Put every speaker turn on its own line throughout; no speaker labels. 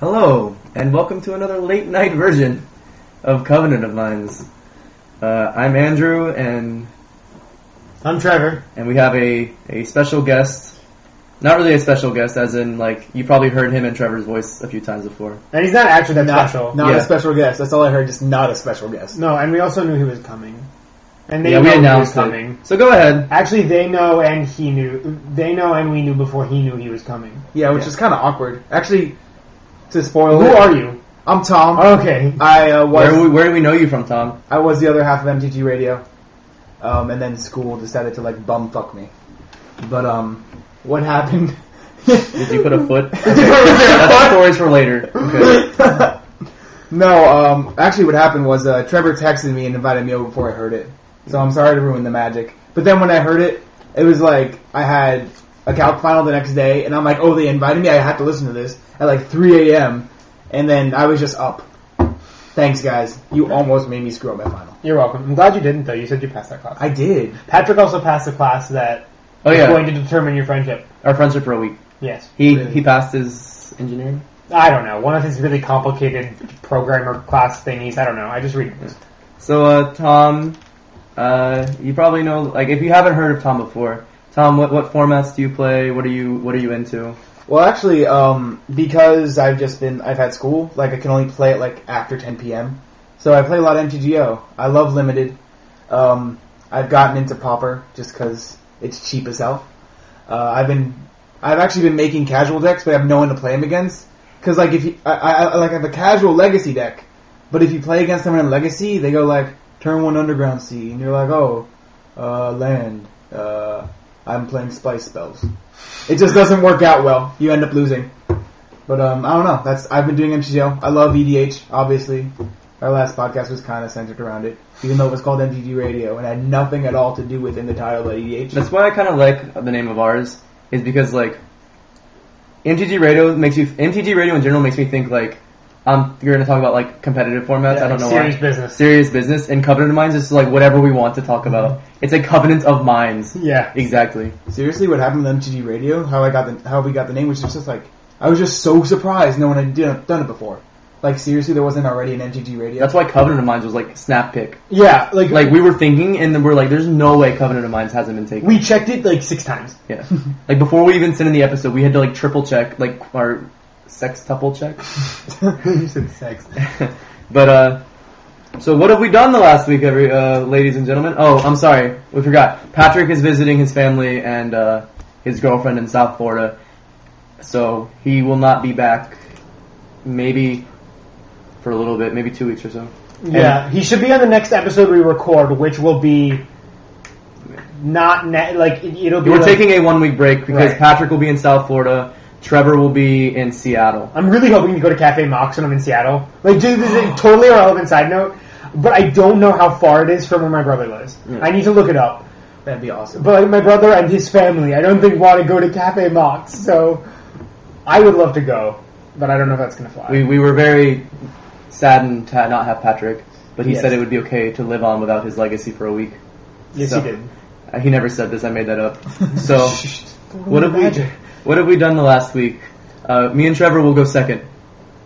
Hello, and welcome to another late night version of Covenant of Minds. Uh, I'm Andrew, and
I'm Trevor.
and we have a, a special guest. Not really a special guest, as in, like, you probably heard him and Trevor's voice a few times before.
And he's not actually that special.
Not
Yeah.
a special guest. That's all I heard. Just not a special guest.
No, and we also knew he was coming. And they
yeah,
know
we
he was
announced
coming.
it. So go ahead.
Actually, they know and he knew. They know and we knew before he knew he was coming.
Yeah, which
Yeah.
is kind of awkward. Actually, to spoil
Who
it,
are you?
I'm Tom.
Okay.
I uh, was
Where, we- where do we know you from, Tom?
I was the other half of MTG Radio, um, and then school decided to like bumfuck me. But um, what happened?
Did you put a foot? That's
Okay.
stories for later. Okay.
no, um, actually, what happened was uh, Trevor texted me and invited me over before I heard it. So I'm sorry to ruin the magic. But then when I heard it, it was like I had a calc final the next day, and I'm like, oh, they invited me. I had to listen to this at like 3 a.m. And then I was just up. Thanks, guys. You almost made me screw up my final.
You're welcome. I'm glad you didn't, though. You said you passed that class.
I did.
Patrick also passed the class that
Oh,
is
yeah.
going to determine your friendship.
Our friendship for a week.
Yes.
He,
Really?
he passed his engineering.
I don't know. One of his really complicated programmer class thingies. I don't know. I just read this.
So, uh, Tom, uh, you probably know, like, if you haven't heard of Tom before, Tom, what, what formats do you play? What are you, what are you into?
Well, actually, um, because I've just been, I've had school, like I can only play it like after 10 p.m. So I play a lot of MTGO. I love Limited. Um, I've gotten into Popper just because it's cheap as hell. Uh, I've been, I've actually been making casual decks, but I have no one to play them against. Cause like if you, I, I, I- like I have a casual Legacy deck, but if you play against someone in Legacy, they go like, turn one Underground Sea, and you're like, oh, uh, land, uh, I'm playing Spice Spells it just doesn't work out well. You end up losing. But um, I don't know. That's I've been doing MTGO. I love EDH. Obviously, our last podcast was kind of centered around it, even though it was called MTG Radio and had nothing at all to do with in the title E but EDH.
That's why I kind of like the name of ours is because like MTG Radio makes you MTG Radio in general makes me think like um you're gonna talk about like competitive formats. I don't know
serious
why.
business.
Serious business and Covenant of Minds is like whatever we want to talk about.
Mm-hmm.
It's a covenant of minds.
Yeah.
Exactly.
Seriously, what happened with MTG Radio? How I got the how we got the name was just like I was just so surprised no one had done done it before. Like seriously, there wasn't already an MTG Radio.
That's why Covenant of Minds was like snap pick.
Yeah. Like,
Like we were thinking and then we're like, there's no way Covenant of Minds hasn't been taken.
we checked it like six times.
Yeah. like before we even sent in the episode, we had to like triple check like our sextuple check.
you said sex.
but uh, so what have we done the last week, every uh, ladies and gentlemen? Oh, I'm sorry, we forgot. Patrick is visiting his family and uh, his girlfriend in South Florida, so he will not be back. Maybe for a little bit, maybe two weeks or so.
Yeah, he should be on the next episode we record, which will be not ne- like it- it'll be.
We're
like-
taking a one week break because
Right.
Patrick will be in South Florida. Trevor will be in Seattle.
I'm really hoping to go to Cafe Mox when I'm in Seattle. Like, just, this is a totally irrelevant side note, but I don't know how far it is from where my brother lives. I need to look it up.
That'd be awesome.
But like, my brother and his family, I don't think want to go to Cafe Mox, so I would love to go, but I don't know if that's gonna fly.
We, we were very saddened to not have Patrick, but he
Yes.
said it would be okay to live on without his legacy for a week.
yes,
so-
he did.
Uh, He never said this. I made that up. So, what have we what have we done the last week? Uh, me and Trevor will go second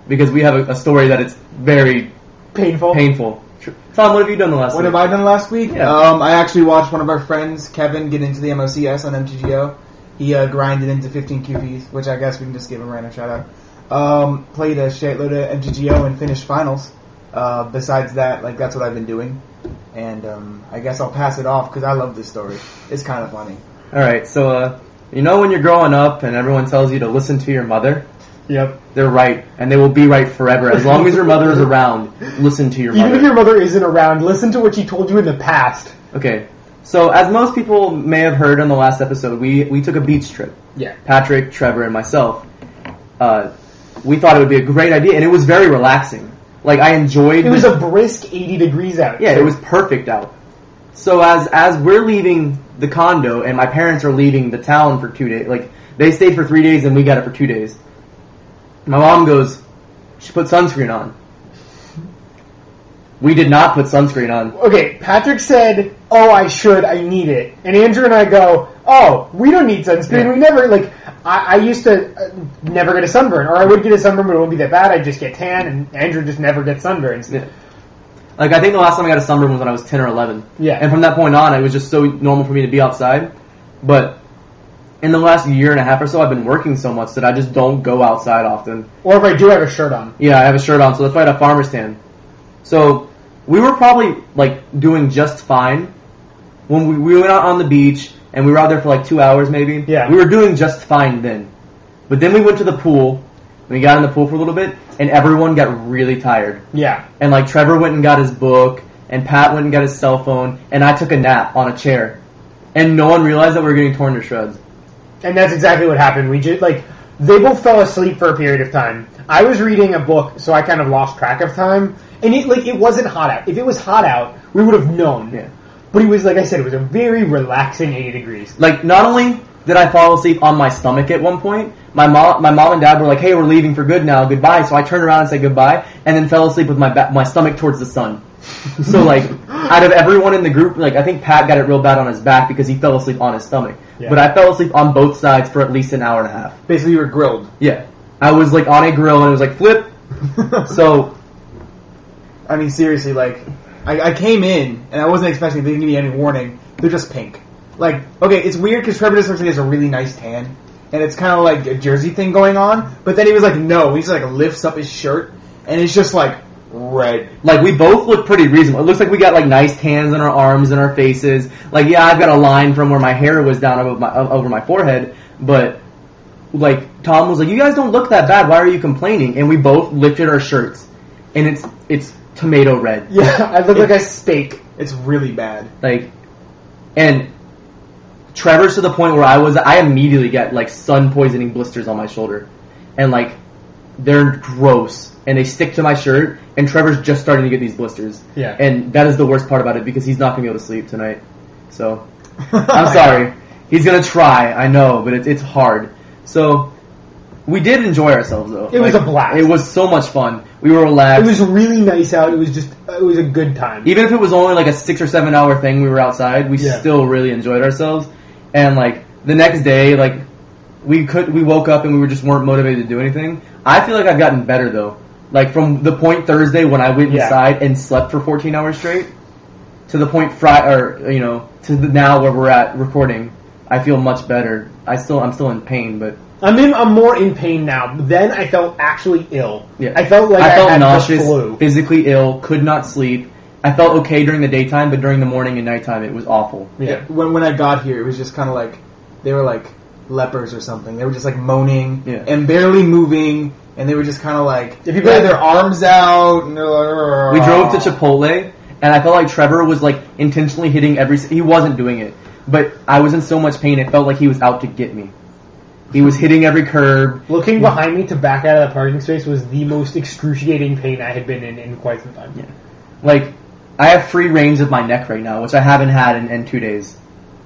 because we have a, a story that it's very
Painful.
painful. Tr- Tom, what have you done the last
What
week?
have I done last week?
Yeah.
Um, I actually watched one of our friends, Kevin, get into the MOCS on MTGO. He uh, grinded into 15 QPs, which I guess we can just give him a random shout out. Um, played a shitload of MTGO and finished finals. Uh, besides that, like that's what I've been doing, and um, I guess I'll pass it off because I love this story. It's kind of funny.
All right, so uh, you know when you're growing up and everyone tells you to listen to your mother,
Yep.
they're right, and they will be right forever as long as your mother is around. Listen to your
Even
mother.
if your mother isn't around, listen to what she told you in the past.
okay, so as most people may have heard on the last episode, we we took a beach trip.
Yeah.
Patrick, Trevor, and myself, uh, we thought it would be a great idea, and it was very relaxing. Like I enjoyed.
It was
the-
a brisk 80 degrees out.
yeah, it was perfect out. So as as we're leaving the condo, and my parents are leaving the town for two days. Like they stayed for three days, and we got it for two days. My mom goes, she put sunscreen on. We did not put sunscreen on.
Okay, Patrick said, "Oh, I should. I need it." And Andrew and I go, "Oh, we don't need sunscreen.
Yeah.
We never like I, I used to uh, never get a sunburn, or I would get a sunburn, but it wouldn't be that bad. I'd just get tan, and Andrew just never gets sunburns.
Yeah. Like I think the last time I got a sunburn was when I was ten or eleven.
Yeah.
And from that point on, it was just so normal for me to be outside. But in the last year and a half or so, I've been working so much that I just don't go outside often.
Or if I do have a shirt on.
Yeah, I have a shirt on, so that's why I had a farmer's tan. So we were probably like doing just fine when we, we went out on the beach and we were out there for like two hours maybe.
Yeah.
we were doing just fine then. But then we went to the pool. and We got in the pool for a little bit, and everyone got really tired
Yeah.
and like Trevor went and got his book, and Pat went and got his cell phone, and I took a nap on a chair, and no one realized that we were getting torn to shreds.
And that's exactly what happened. We just like they both fell asleep for a period of time. I was reading a book, so I kind of lost track of time. And it like it wasn't hot out. If it was hot out, we would have known.
Yeah.
But it was like I said, it was a very relaxing eighty degrees.
Like not only did I fall asleep on my stomach at one point, my mom, my mom and dad were like, "Hey, we're leaving for good now, goodbye." So I turned around and said goodbye, and then fell asleep with my ba- my stomach towards the sun. so like, out of everyone in the group, like I think Pat got it real bad on his back because he fell asleep on his stomach.
Yeah.
But I fell asleep on both sides for at least an hour and a half.
Basically, you were grilled.
Yeah, I was like on a grill and it was like flip. So
I mean, seriously, like, I, I came in and I wasn't expecting. They didn't give me any warning. They're just pink. Like, okay, it's weird because Trevor just looks like he has a really nice tan, and it's kind of like a jersey thing going on. But then he was like, no, he just like lifts up his shirt, and it's just like red.
Like we both look pretty reasonable. It looks like we got like nice tans on our arms and our faces. Like yeah, I've got a line from where my hair was down over my over my forehead, but like Tom was like, "You guys don't look that bad. Why are you complaining?" And we both lifted our shirts, and it's it's tomato red.
Yeah, I looked like a steak.
It's really bad.
Like, and Trevor's to the point where I was, I immediately get like sun poisoning blisters on my shoulder, and like they're gross and they stick to my shirt. And Trevor's just starting to get these blisters.
Yeah.
and that is the worst part about it because he's not gonna be able to sleep tonight. So I'm sorry, he's gonna try. I know, but it's it's hard. So. We did enjoy ourselves though.
It was a blast.
It was so much fun. We were relaxed.
It was really nice out. It was just it was a good time.
even if it was only like a six or seven hour thing we were outside we
Yeah.
still really enjoyed ourselves and like the next day like we could we woke up and we were just weren't motivated to do anything i feel like i've gotten better though like from the point thursday when i went
Yeah.
inside and slept for 14 hours straight to the point friday or you know to the now where we're at recording i feel much better i still i'm still in pain but
I'm in, I'm more in pain now. Then I felt actually ill.
Yeah.
I felt like I,
I felt
had
nauseous,
the flu.
physically ill, could not sleep. I felt okay during the daytime, but during the morning and nighttime, it was awful.
Yeah.
When when I got here, it was just kind of like they were like lepers or something. They were just like moaning
Yeah.
and barely moving, and they were just kind of like
If you
they had
guys-
their arms out. And they're like,
We
Oh.
drove to Chipotle, and I felt like Trevor was like intentionally hitting every. He wasn't doing it, but I was in so much pain. It felt like he was out to get me. He was hitting every curb.
Looking behind me to back out of the parking space was the most excruciating pain I had been in in quite some time.
Yeah. Like I have free reins of my neck right now, which I haven't had in, in two days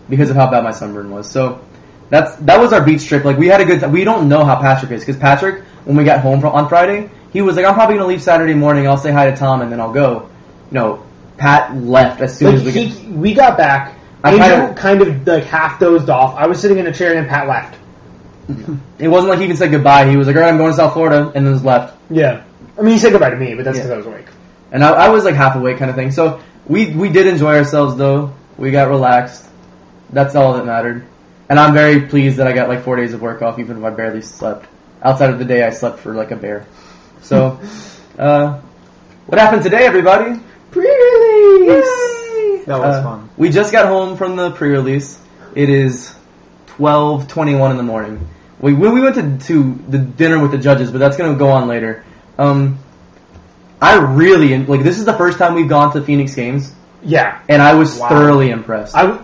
because of how bad my sunburn was. So that's that was our beach trip. Like we had a good. time. We don't know how Patrick is because Patrick, when we got home from on Friday, he was like, "I'm probably gonna leave Saturday morning. I'll say hi to Tom and then I'll go." No, Pat left as soon as
Like
we.
he,
got-
we got back.
I
Andrew
kinda-
kind of like half dozed off. I was sitting in a chair and Pat left.
It wasn't like he even said goodbye. He was like, "All right, I'm going to South Florida," and then just left.
Yeah. I mean, he said goodbye to me, but that's
Yeah.
because I was awake.
And I, I was like half awake, kind of thing. So we we did enjoy ourselves though. We got relaxed. That's all that mattered. And I'm very pleased that I got like four days of work off, even if I barely slept. Outside of the day, I slept for like a bear. So, uh, what happened today, everybody? Pre-release.
That was
Uh,
Oh, fun.
We just got home from the pre-release. It is twelve twenty-one in the morning. We we we went to to the dinner with the judges, but that's gonna go on later. Um, I really like this is the first time we've gone to Phoenix games,
Yeah.
and I was
Wow.
thoroughly impressed.
I was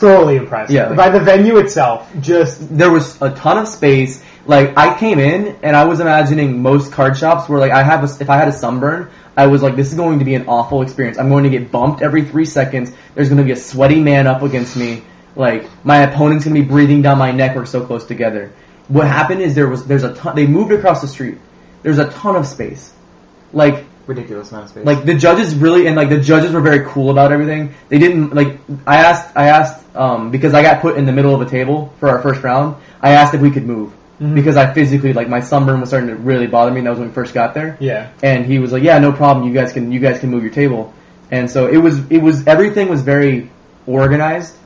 thoroughly impressed
Yeah, like-
by the venue itself. Just
there was a ton of space. Like I came in and I was imagining most card shops where like I have a, if I had a sunburn, I was like, this is going to be an awful experience. I'm going to get bumped every three seconds. There's going to be a sweaty man up against me. Like my opponent's going to be breathing down my neck. We're so close together. What happened is there was there's a ton. They moved across the street. There's a ton of space. Like
ridiculous amount of space.
like the judges really and like the judges were very cool about everything. They didn't like I asked I asked um because I got put in the middle of a table for our first round. I asked if we could move
Mm-hmm.
because I physically like my sunburn was starting to really bother me. And that was when we first got there.
Yeah.
And he was like, "Yeah, no problem. You guys can you guys can move your table." And so it was it was everything was very organized.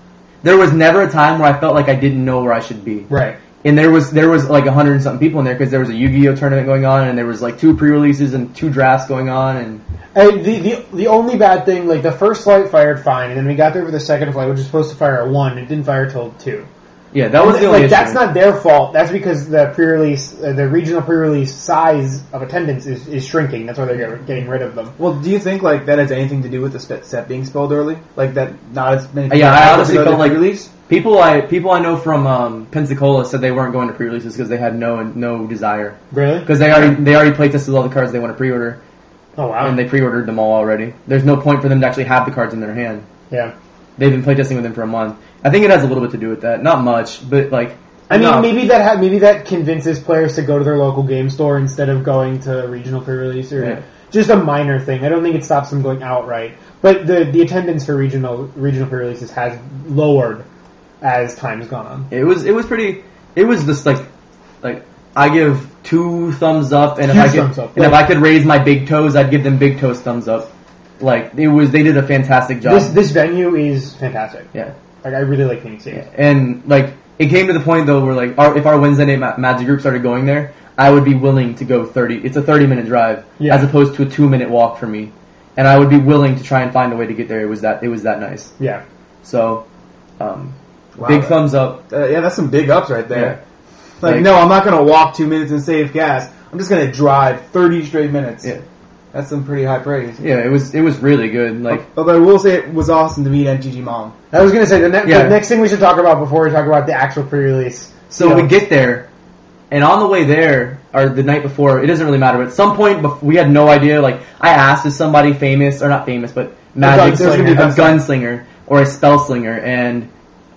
There was never a time where I felt like I didn't know where I should be.
Right.
And there was there was like a hundred and something people in there because there was a Yu-Gi-Oh tournament going on and there was like two pre-releases and two drafts going on and
I, the, the the only bad thing, like the first flight fired fine, and then we got there for the second flight, which was supposed to fire at one, and it didn't fire till two.
yeah that was the only
like
issue.
that's not their fault. That's because the pre-release, uh, the regional pre-release size of attendance is, is shrinking. That's why they're get- getting rid of them.
well, do you think like that has anything to do with the spe- set being spelled early? Like that not as many.
Yeah, I honestly
people
felt like-
release.
people I people I know from um, Pensacola said they weren't going to pre-releases because they had no no desire
Really?
because they already they already play tested all the cards they want to pre-order
Oh wow.
and they pre-ordered them all already. There's no point for them to actually have the cards in their hand.
yeah.
They've been playtesting with them for a month. I think it has a little bit to do with that. Not much, but like
I mean,
enough.
maybe that ha- maybe that convinces players to go to their local game store instead of going to a regional pre-release or
Yeah.
just a minor thing. I don't think it stops them going outright, but the the attendance for regional regional pre-releases has lowered as time's gone on.
it was it was pretty. It was just like like I give two thumbs up, and if
Huge
I could
thumbs up,
and if
like-
I could raise my big toes, I'd give them big toes thumbs up. Like it was, they did a fantastic job.
This this venue is fantastic.
yeah.
Like I really like Phoenix City.
And like it came to the point though where like our, if our Wednesday night ma- magic group started going there, I would be willing to go thirty. It's a thirty minute drive
Yeah.
as opposed to a two minute walk for me, and I would be willing to try and find a way to get there. It was that it was that nice.
Yeah.
So, um,
Wow,
big
that-
thumbs up.
Uh, yeah, that's some big ups right there. Like,
Like-
no, I'm not gonna walk two minutes and save gas. I'm just gonna drive 30 straight minutes.
Yeah,
That's some pretty high praise.
yeah. It was it was really good. Like
Although I will say it was awesome to meet MTG Mom.
I was gonna say the, ne-
Yeah.
the next thing we should talk about before we talk about the actual pre-release.
So
Yeah.
we get there, and on the way there, or the night before, it doesn't really matter. But at some point, bef- we had no idea. Like I asked, is somebody famous or not famous, but magic, there's gonna be a
gunslinger.
gunslinger or a spell slinger, and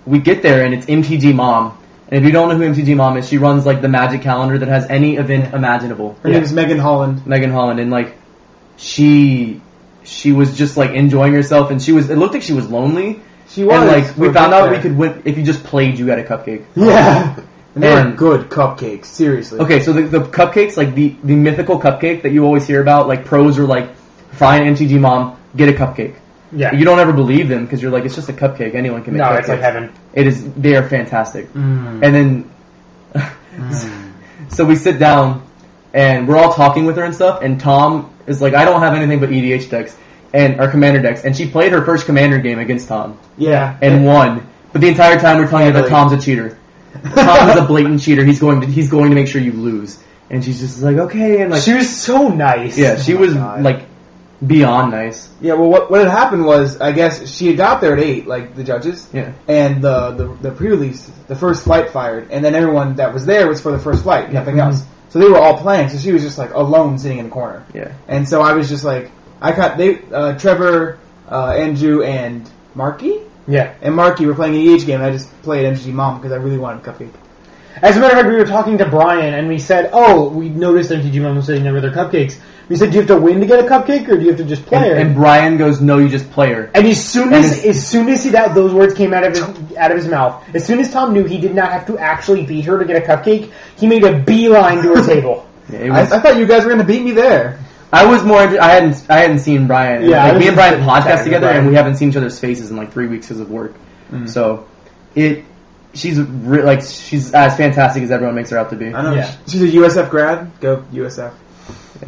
we get there, and it's MTG Mom. And if you don't know who MTG Mom is, she runs like the magic calendar that has any event imaginable.
Her name is Megan Holland.
Megan Holland, and like she she was just like enjoying herself, and she was. It looked like she was lonely.
She
And like
for
we
a
found
bit
out we
there.
could win if you just played, you got a cupcake.
Yeah. And they were
And-
good cupcakes, seriously.
Okay, so the, the cupcakes, like the, the mythical cupcake that you always hear about, like pros are like, find an MTG mom, get a cupcake.
Yeah.
You don't ever believe them because you're like, it's just a cupcake. Anyone can make
no,
cupcakes.
it's like heaven.
It is. They are fantastic.
Mm.
And then,
Mm.
so we sit down, and we're all talking with her and stuff. And Tom is like, I don't have anything but EDH decks and our commander decks. And she played her first commander game against Tom
Yeah.
and won. But the entire time we're telling her that
Really?
Tom's a cheater. Tom is a blatant cheater. He's going to he's going to make sure you lose. And she's just like, okay, and like
she was so nice.
yeah, she
Oh my
was
God.
like beyond nice.
Yeah, well, what, what had happened was, I guess she had got there at eight, like the judges.
Yeah.
And the, the the pre-release, the first flight fired, and then everyone that was there was for the first flight, nothing else. So they were all playing. So she was just like alone, sitting in a corner.
Yeah,
And so I was just like, I caught they uh, Trevor, uh, Andrew, and Marky.
Yeah.
And Marky were playing an EDH game, and I just played MG Mom because I really wanted a cupcake.
As a matter of fact, we were talking to Brian and we said, "Oh, we noticed MTG Mom was sitting there with her cupcakes." We said, "Do you have to win to get a cupcake, or do you have to just play
and,
her?"
and Brian goes, no, you just play her.
And as soon as
And
as soon as he that those words came out of his out of his mouth, as soon as Tom knew he did not have to actually beat her to get a cupcake, he made a beeline to her table.
Yeah, it
I,
was,
I thought you guys were gonna beat me there.
I was more. inter- I hadn't. I hadn't seen Brian.
Yeah, I
like,
was
me and
just
Brian
chatting
podcast
with
together,
Brian.
and we haven't seen each other's faces in like three weeks because of work.
Mm-hmm.
So, it. She's re- like she's as fantastic as everyone makes her out to be.
I don't know.
Yeah.
She's a USF grad. Go USF.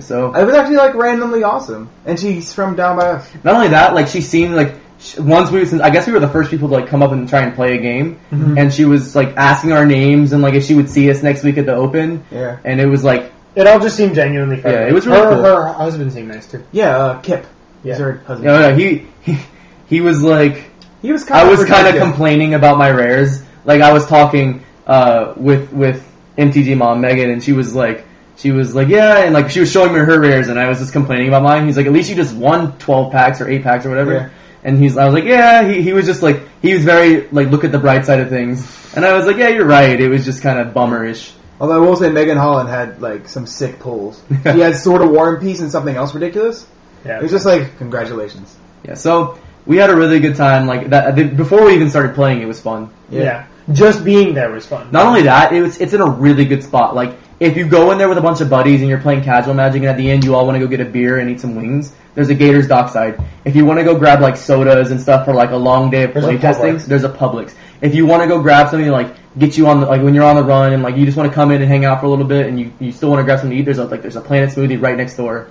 So
I was actually like randomly awesome, and she's from down by us.
Not only that, like she seemed like sh once we since I guess we were the first people to like come up and try and play a game, and she was like asking our names and like if she would see us next week at the open,
Yeah.
and it was like
It all just seemed genuinely fun.
Yeah, it was really
her,
cool.
her husband seemed nice too.
Yeah, uh, Kip.
Yeah.
He's her husband.
you know, he he he was like
He was kind
I was kind of
protective.
complaining about my rares, like I was talking uh with with MTG mom Megan, and she was like. She was like, yeah, and like she was showing me her rares, and I was just complaining about mine. He's like, at least you just won twelve packs or eight packs or whatever.
Yeah.
And he's, I was like, yeah, he, he was just like, he was very, like, look at the bright side of things. And I was like, yeah, you're right. It was just kind of bummerish.
Although I will say Megan Holland had like some sick pulls. she had sort of War and Peace and something else ridiculous.
Yeah.
It was just like congratulations.
Yeah, so we had a really good time. Like that the, before we even started playing, it was fun.
yeah. Just being there was fun.
Not only that, it was, it's in a really good spot. Like if you go in there with a bunch of buddies and you're playing casual magic, and at the end you all want to go get a beer and eat some wings, there's a Gators dockside. If you want to go grab like sodas and stuff for like a long day of
There's a
play testing,
Publix.
there's a Publix. If you want to go grab something like get you on the, like when you're on the run and like you just want to come in and hang out for a little bit and you, you still want to grab something to eat, there's a, like there's a Planet Smoothie right next door.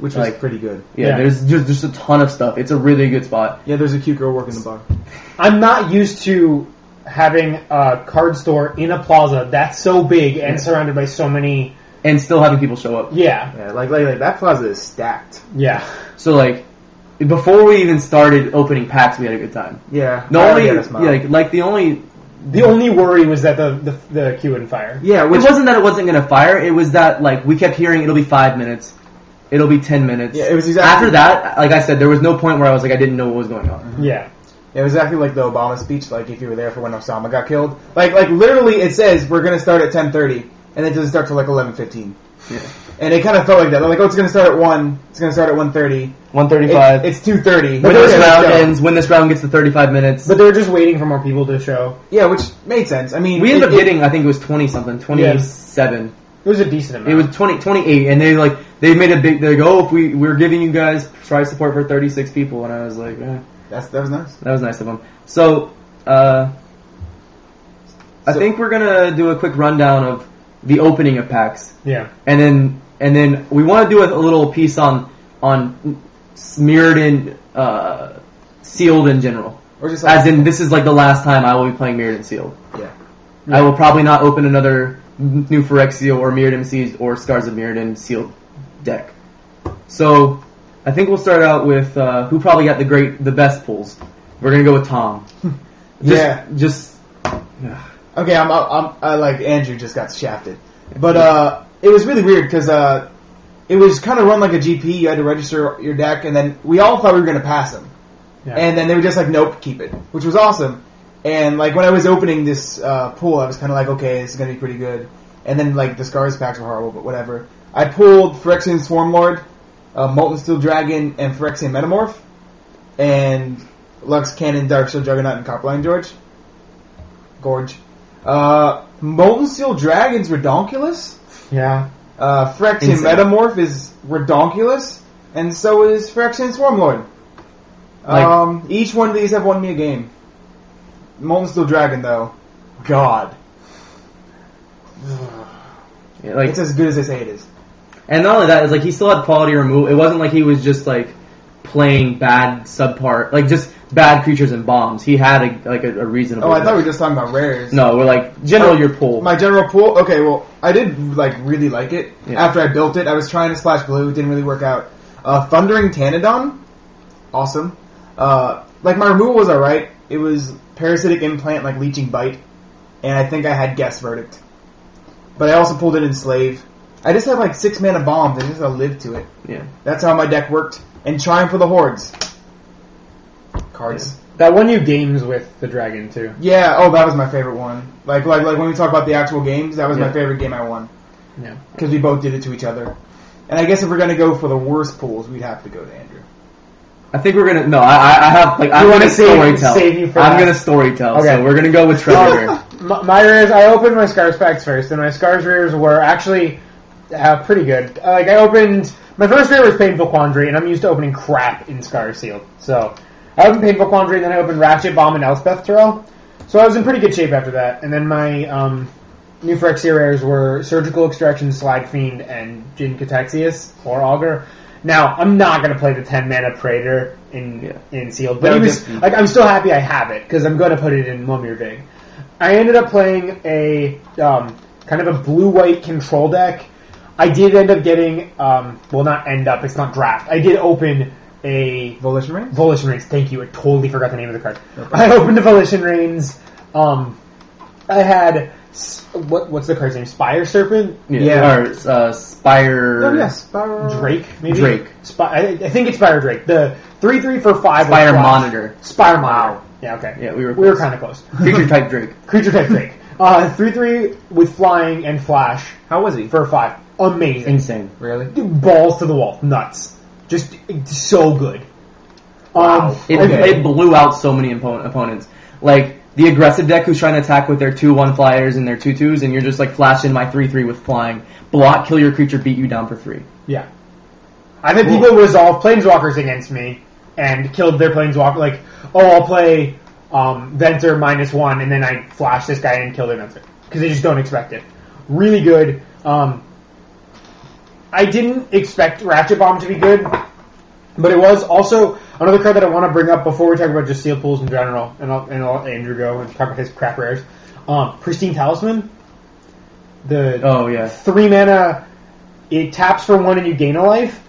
Which was
Like-
pretty good.
Yeah,
Yeah.
there's just just a ton of stuff. It's a really good spot.
Yeah, there's a cute girl working the bar.
I'm not used to having a card store in a plaza that's so big and surrounded by so many.
and still having people show up.
Yeah,
Yeah, like like, like that plaza is stacked.
yeah.
So like, before we even started opening packs, we had a good time.
Yeah.
The
I
only
get a
yeah,
smile.
like, like the only
The only worry was that the the, the queue and fire.
yeah,
it
which
wasn't that it wasn't gonna fire. It was that like we kept hearing it'll be five minutes, it'll be ten minutes.
Yeah, it was exactly-
after that. Like I said, there was no point where I was like I didn't know what was going on.
Yeah,
It was exactly like the Obama speech, like if you were there for when Osama got killed. Like, like literally it says we're gonna start at 10.30, and it doesn't start till like 11.15.
Yeah.
And it kind of felt like that. They're like, oh, it's gonna start at 1, it's gonna start at 1.30.
One
It,
thirty-five.
it's 2.30.
when
Okay,
this
let's
round
go.
ends, when this round gets to thirty-five minutes,
but they were just waiting for more people to show.
Yeah, which made sense. I mean,
we ended
it-
up getting I think it was twenty something, twenty-seven.
It was a decent amount.
It was 20, 28, and they like they made a big. They go, oh, if we we're giving you guys try support for thirty six people, and I was like, eh.
it- that's, that was nice.
That was nice of them. So, uh, I
So-
think we're gonna do a quick rundown of the opening of packs,
yeah.
and then and then we want to do a, a little piece on on smeared and uh, sealed in general.
Or just like,
As in, this is like the last time I will be playing mirrored and sealed.
yeah.
I will probably not open another new Phyrexia or Mirrored MCs or Scars of Mirrodin sealed deck. So, I think we'll start out with uh, who probably got the great, the best pulls. We're gonna go with Tom. Just,
Yeah.
Just
Okay, I'm, I'm, I like Andrew just got shafted, but uh, it was really weird because uh, it was kind of run like a GP. You had to register your deck, and then we all thought we were going to pass him,
Yeah.
and then they were just like, "Nope, keep it," which was awesome. And like when I was opening this uh, pool, I was kind of like, "Okay, this is going to be pretty good." And then like the scars packs were horrible, but whatever. I pulled Phyrexian Swarmlord, uh, Molten Steel Dragon, and Phyrexian Metamorph, and Lux Cannon, Darksteel Juggernaut, and Copperline George. Gorge. Uh, Molten Steel Dragon's Redonkulous.
yeah.
Uh, Phyrexian
Insane.
Metamorph is Redonkulous. And so is Phyrexian Swarmlord.
Like-
um, each one of these have won me a game. Molten Steel Dragon, though. God.
yeah, like,
It's as good as they say it is.
and not only that, it's like he still had quality removal. It wasn't like he was just like playing bad subpar, like just bad creatures and bombs. He had a, like a, a reasonable.
Oh, I thought we were just talking about rares.
No, we're like general your pull.
My general pool, okay, well, I did, like, really like it.
Yeah.
After I built it, I was trying to splash blue, it didn't really work out. Uh, Thundering Tanadon, awesome. Uh, like, my removal was alright. It was Parasitic Implant, like, Leeching Bite, and I think I had Guess Verdict. But I also pulled it in Slave. I just had, like, six mana bombs and just a live to it.
yeah.
That's how my deck worked. And Triumph for the Hordes. Cards.
That one you games with the dragon too.
Yeah, oh, that was my favorite one. Like, like, like when we talk about the actual games, that was
Yeah.
my favorite game I won.
Yeah.
Because we both did it to each other. And I guess if we're gonna go for the worst pools, we'd have to go to Andrew.
I think we're gonna no. I I I have like I'm
wanna
gonna
save-
story tell.
save you for
I'm
that?
gonna story tell. So
Okay.
we're gonna go with Trevor. here.
my, my rears, I opened my scars packs first, and my scars rears were actually uh, pretty good. Uh, like I opened my first rear was painful quandary, and I'm used to opening crap in scar sealed. So I opened painful quandary, and then I opened ratchet bomb and Elspeth Terrell. So I was in pretty good shape after that. And then my um, new Phyrexia rares were surgical extraction, slag fiend, and Jin Cataxius or auger. Now I'm not gonna play the ten mana praetor in
Yeah.
in sealed,
That
but it
would
was
just be-
like I'm still happy I have it because I'm gonna put it in Mumir Dig. I ended up playing a um, kind of a blue white control deck. I did end up getting um, well, not end up. It's not draft. I did open a
Volition Reigns?
Volition Reigns. Thank you. I totally forgot the name of the card.
problem.
I opened the Volition Reigns. Um, I had s- what? What's the card's name? Spire Serpent.
Yeah.
Yeah.
Or uh, Spire.
Oh, yes. Spyro.
Drake, maybe
Drake.
Spy, I, I think it's Spire Drake. The three three for five.
Spire
with flash.
Monitor.
Spire Monitor. Yeah. Okay.
Yeah, we were
we were
close.
kind of close.
Creature type Drake.
Creature type Drake. Uh, three three with flying and flash
How was he?
for five. Amazing.
Insane.
Really?
Balls to the wall. Nuts. Just it's so good. Um,
Wow.
It,
Okay.
it blew out so many oppo- opponents. Like the aggressive deck who's trying to attack with their two one flyers and their two twos, and you're just like flashing my three three with flying, block, kill your creature, beat you down for three.
Yeah. I've had
Cool.
people resolve planeswalkers against me and killed their planeswalker. Like, oh, I'll play um, Venter minus one, and then I flash this guy and kill their Venter because they just don't expect it. Really good. Um, I didn't expect Ratchet Bomb to be good, but it was also another card that I want to bring up before we talk about just seal pools in general, and I'll, and I'll let Andrew go and talk about his crap rares. Um, Pristine Talisman. The
Oh yeah,
three mana, it taps for one and you gain a life.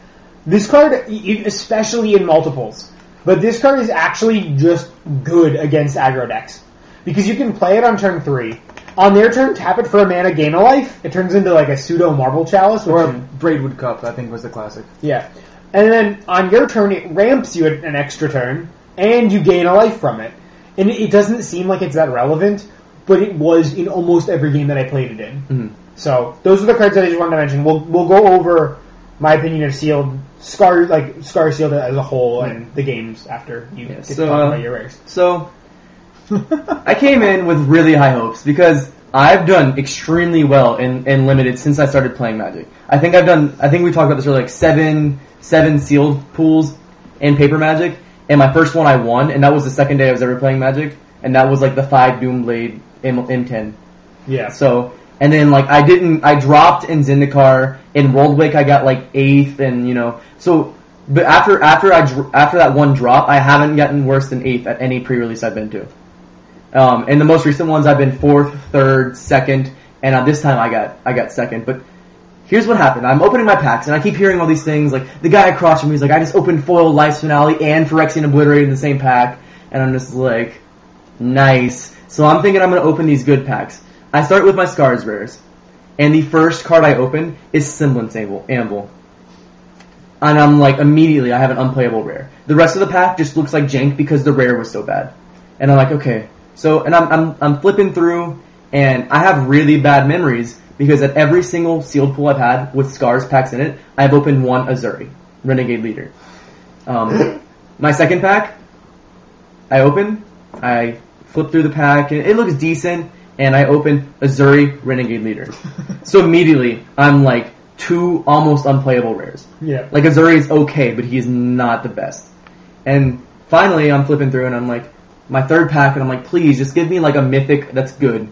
This card, e- especially in multiples, but this card is actually just good against aggro decks because you can play it on turn three. On their turn, tap it for a mana, gain a life. It turns into like a pseudo marble chalice, which
Or a Braidwood Cup, I think, was the classic.
yeah. And then on your turn, it ramps you an extra turn, and you gain a life from it. And it doesn't seem like it's that relevant, but it was in almost every game that I played it in.
Mm-hmm.
So those are the cards that I just wanted to mention. We'll we'll go over my opinion of sealed scar like scar sealed as a whole and the games after you
Mm-hmm. Yeah,
get
so,
to talk
uh,
about your rares.
So I came in with really high hopes because I've done extremely well in, in limited since I started playing Magic. I think I've done. I think we talked about this earlier, like seven seven sealed pools in paper Magic, and my first one I won, and that was the second day I was ever playing Magic, and that was like the five Doomblade M M10.
Yeah.
So and then like I didn't I dropped in Zendikar in World Wake I got like eighth and you know so but after after I dr- after that one drop I haven't gotten worse than eighth at any pre-release I've been to. Um, and the most recent ones I've been fourth, third, second, and uh, this time I got I got second. But here's what happened: I'm opening my packs and I keep hearing all these things. Like the guy across from me is like, I just opened foil Life's Finale and Phyrexian Obliterated in the same pack, and I'm just like, Nice. So I'm thinking I'm gonna open these good packs. I start with my Scars Rares. And the first card I open is Semblance Amble. Amble. And I'm like, immediately I have an unplayable rare. The rest of the pack just looks like jank because the rare was so bad. And I'm like, okay. So, and I'm, I'm, I'm flipping through, and I have really bad memories because at every single sealed pool I've had with Scars packs in it, I've opened one Azuri, Renegade Leader. Um, my second pack, I open, I flip through the pack, and it looks decent, and I open Azuri Renegade Leader. so immediately, I'm like two almost unplayable rares.
yeah.
Like Azuri is okay, but he is not the best. And finally, I'm flipping through, and I'm like, my third pack, and I'm like, please, just give me like a mythic that's good.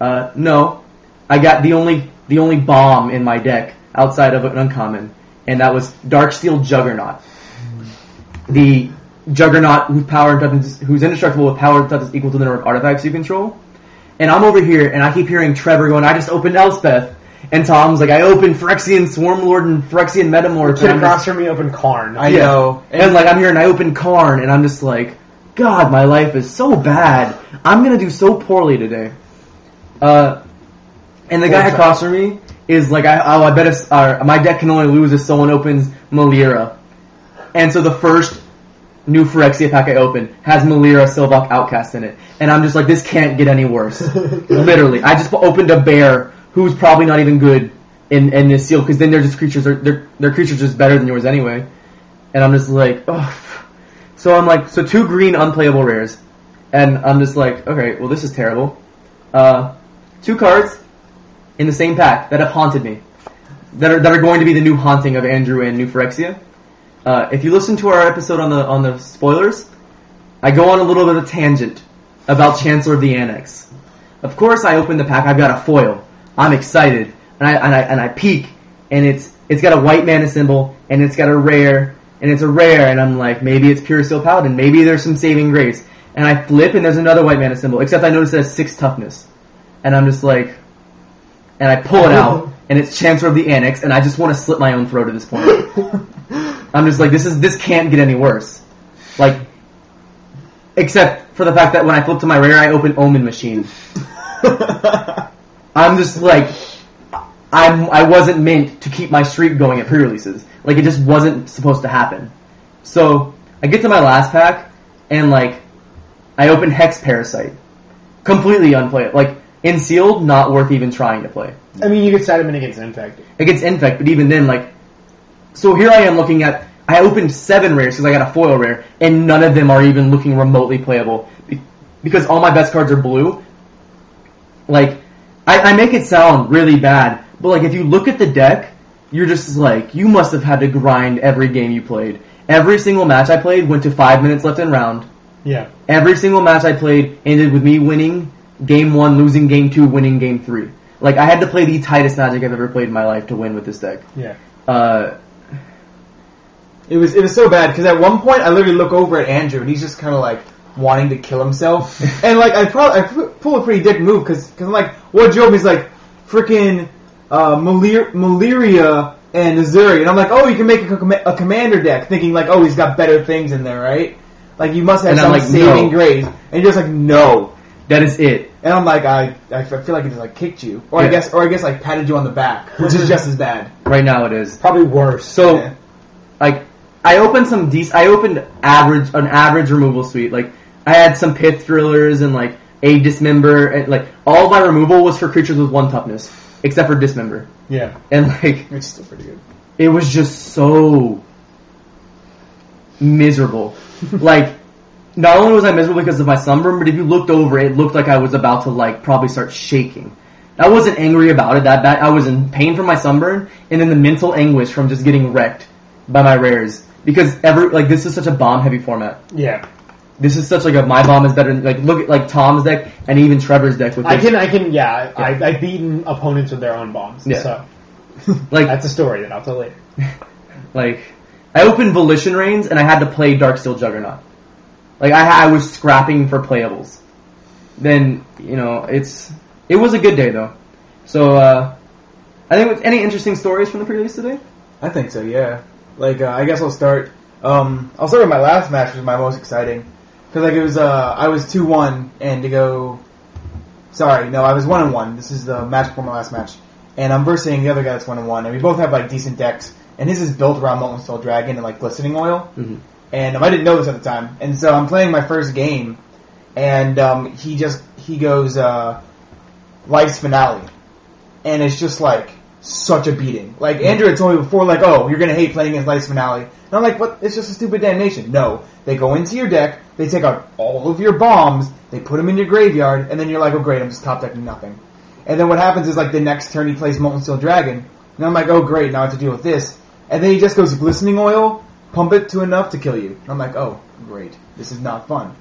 Uh, no, I got the only the only bomb in my deck outside of an uncommon, and that was Darksteel Juggernaut. The Juggernaut with power and toughness, who's indestructible with power and toughness equal to the number of artifacts you control. And I'm over here, and I keep hearing Trevor going, "I just opened Elspeth," and Tom's like, "I opened Phyrexian Swarmlord and Phyrexian Metamorph."
Kid
and I'm just-
across from me opened Karn.
I
yeah.
know.
And, like I'm here and I open Karn and I'm just like, God, my life is so bad. I'm gonna do so poorly today. Uh, and the guy
Foresight.
across from me is like, I, oh, I bet if uh, my deck can only lose if someone opens Malira. And so the first new Phyrexia pack I open has Malira Silvok Outcast in it, and I'm just like, this can't get any worse. Literally, I just opened a bear who's probably not even good in in this seal because then their just creatures are their their creatures just better than yours anyway, and I'm just like, oh. So I'm like, so two green unplayable rares, and I'm just like, okay, well this is terrible. Uh, two cards in the same pack that have haunted me, that are that are going to be the new haunting of Andrew and New Phyrexia. Uh, if you listen to our episode on the on the spoilers, I go on a little bit of a tangent about Chancellor of the Annex. Of course, I open the pack. I've got a foil. I'm excited, and I and I and I peek, and it's it's got a white mana symbol, and it's got a rare, and it's a rare, and I'm like, maybe it's pure steel paladin. Maybe there's some saving grace. And I flip, and there's another white mana symbol. Except I notice it has six toughness, and I'm just like, and I pull it out, and it's Chancellor of the Annex, and I just want to slit my own throat at this point. I'm just like, this is this can't get any worse. Like, except for the fact that when I flip to my rare, I open Omen Machine. I'm just like, I'm I wasn't meant to keep my streak going at pre-releases. Like, it just wasn't supposed to happen. So I get to my last pack, and like, I open Hex Parasite, completely unplayable. Like, In sealed, not worth even trying to play.
I mean, you could set him in against Infect.
It gets infect, but even then, like, so here I am looking at. I opened seven rares because I got a foil rare, and none of them are even looking remotely playable be- because all my best cards are blue. Like, I, I make it sound really bad, but like if you look at the deck, you're just like you must have had to grind every game you played. Every single match I played went to five minutes left in round.
Yeah.
Every single match I played ended with me winning game one, losing game two, winning game three. Like I had to play the tightest magic I've ever played in my life to win with this deck.
Yeah.
Uh,
It was it was so bad because at one point I literally look over at Andrew and he's just kind of like wanting to kill himself, and like I probably I pu- pull a pretty dick move because I'm like, what Job? He's like, freaking uh, malir- malaria and Azuri, and I'm like, oh, you can make a, com- a commander deck, thinking like, oh, he's got better things in there, right? Like you must have
And I'm
some
like,
saving
no.
grace, and you're just like, no.
that is it.
And I'm like, I, I f- feel like I just like kicked you, or I
Yeah.
guess, or I guess like patted you on the back, which is just as bad.
Right now it is.
Probably worse.
So
Yeah.
like I opened some dec I opened average an average removal suite. Like I had some pith drillers and like a dismember and like all my removal was for creatures with one toughness, except for dismember.
yeah.
And like
Which is still pretty good.
it was just so miserable. like, not only was I miserable because of my sunburn, but if you looked over, it looked like I was about to like probably start shaking. I wasn't angry about it that bad. I was in pain from my sunburn, and then the mental anguish from just getting wrecked by my rares because every like this is such a bomb heavy format.
Yeah.
This is such like a my bomb is better. Than, like look at like Tom's deck and even Trevor's deck with
I
his,
can, I can, yeah, I, I've beaten opponents with their own bombs.
Yeah.
So
like
that's a story that I'll tell later.
Like, I opened Volition Reigns and I had to play Darksteel Juggernaut. Like, I, I was scrapping for playables. Then, you know, it's, it was a good day though. So, uh, I think, with any interesting stories from the pre-release today?
I think so, yeah. Like, uh, I guess I'll start. Um, I'll start with my last match, which was my most exciting. Because, like, it was, uh, I was 2 1, and to go. Sorry, no, I was 1 and 1. This is the match before my last match. And I'm versing the other guy that's 1 and 1, and we both have, like, decent decks. And his is built around Molten Soul Dragon and, like, Glistening Oil.
Mhm.
And um, I didn't know this at the time. And so I'm playing my first game, and um, he just, he goes, uh, Life's Finale and it's just like such a beating. Like Andrew had told me before, like, oh, you're gonna hate playing against Lights Finale. And I'm like, what? It's just a stupid damnation. No, they go into your deck, they take out all of your bombs, they put them in your graveyard, and then you're like, oh great, I'm just top decking nothing. And then what happens is like the next turn he plays Molten Steel Dragon, and I'm like, oh great, now I have to deal with this. And then he just goes glistening oil, pump it to enough to kill you. And I'm like, oh great, this is not fun.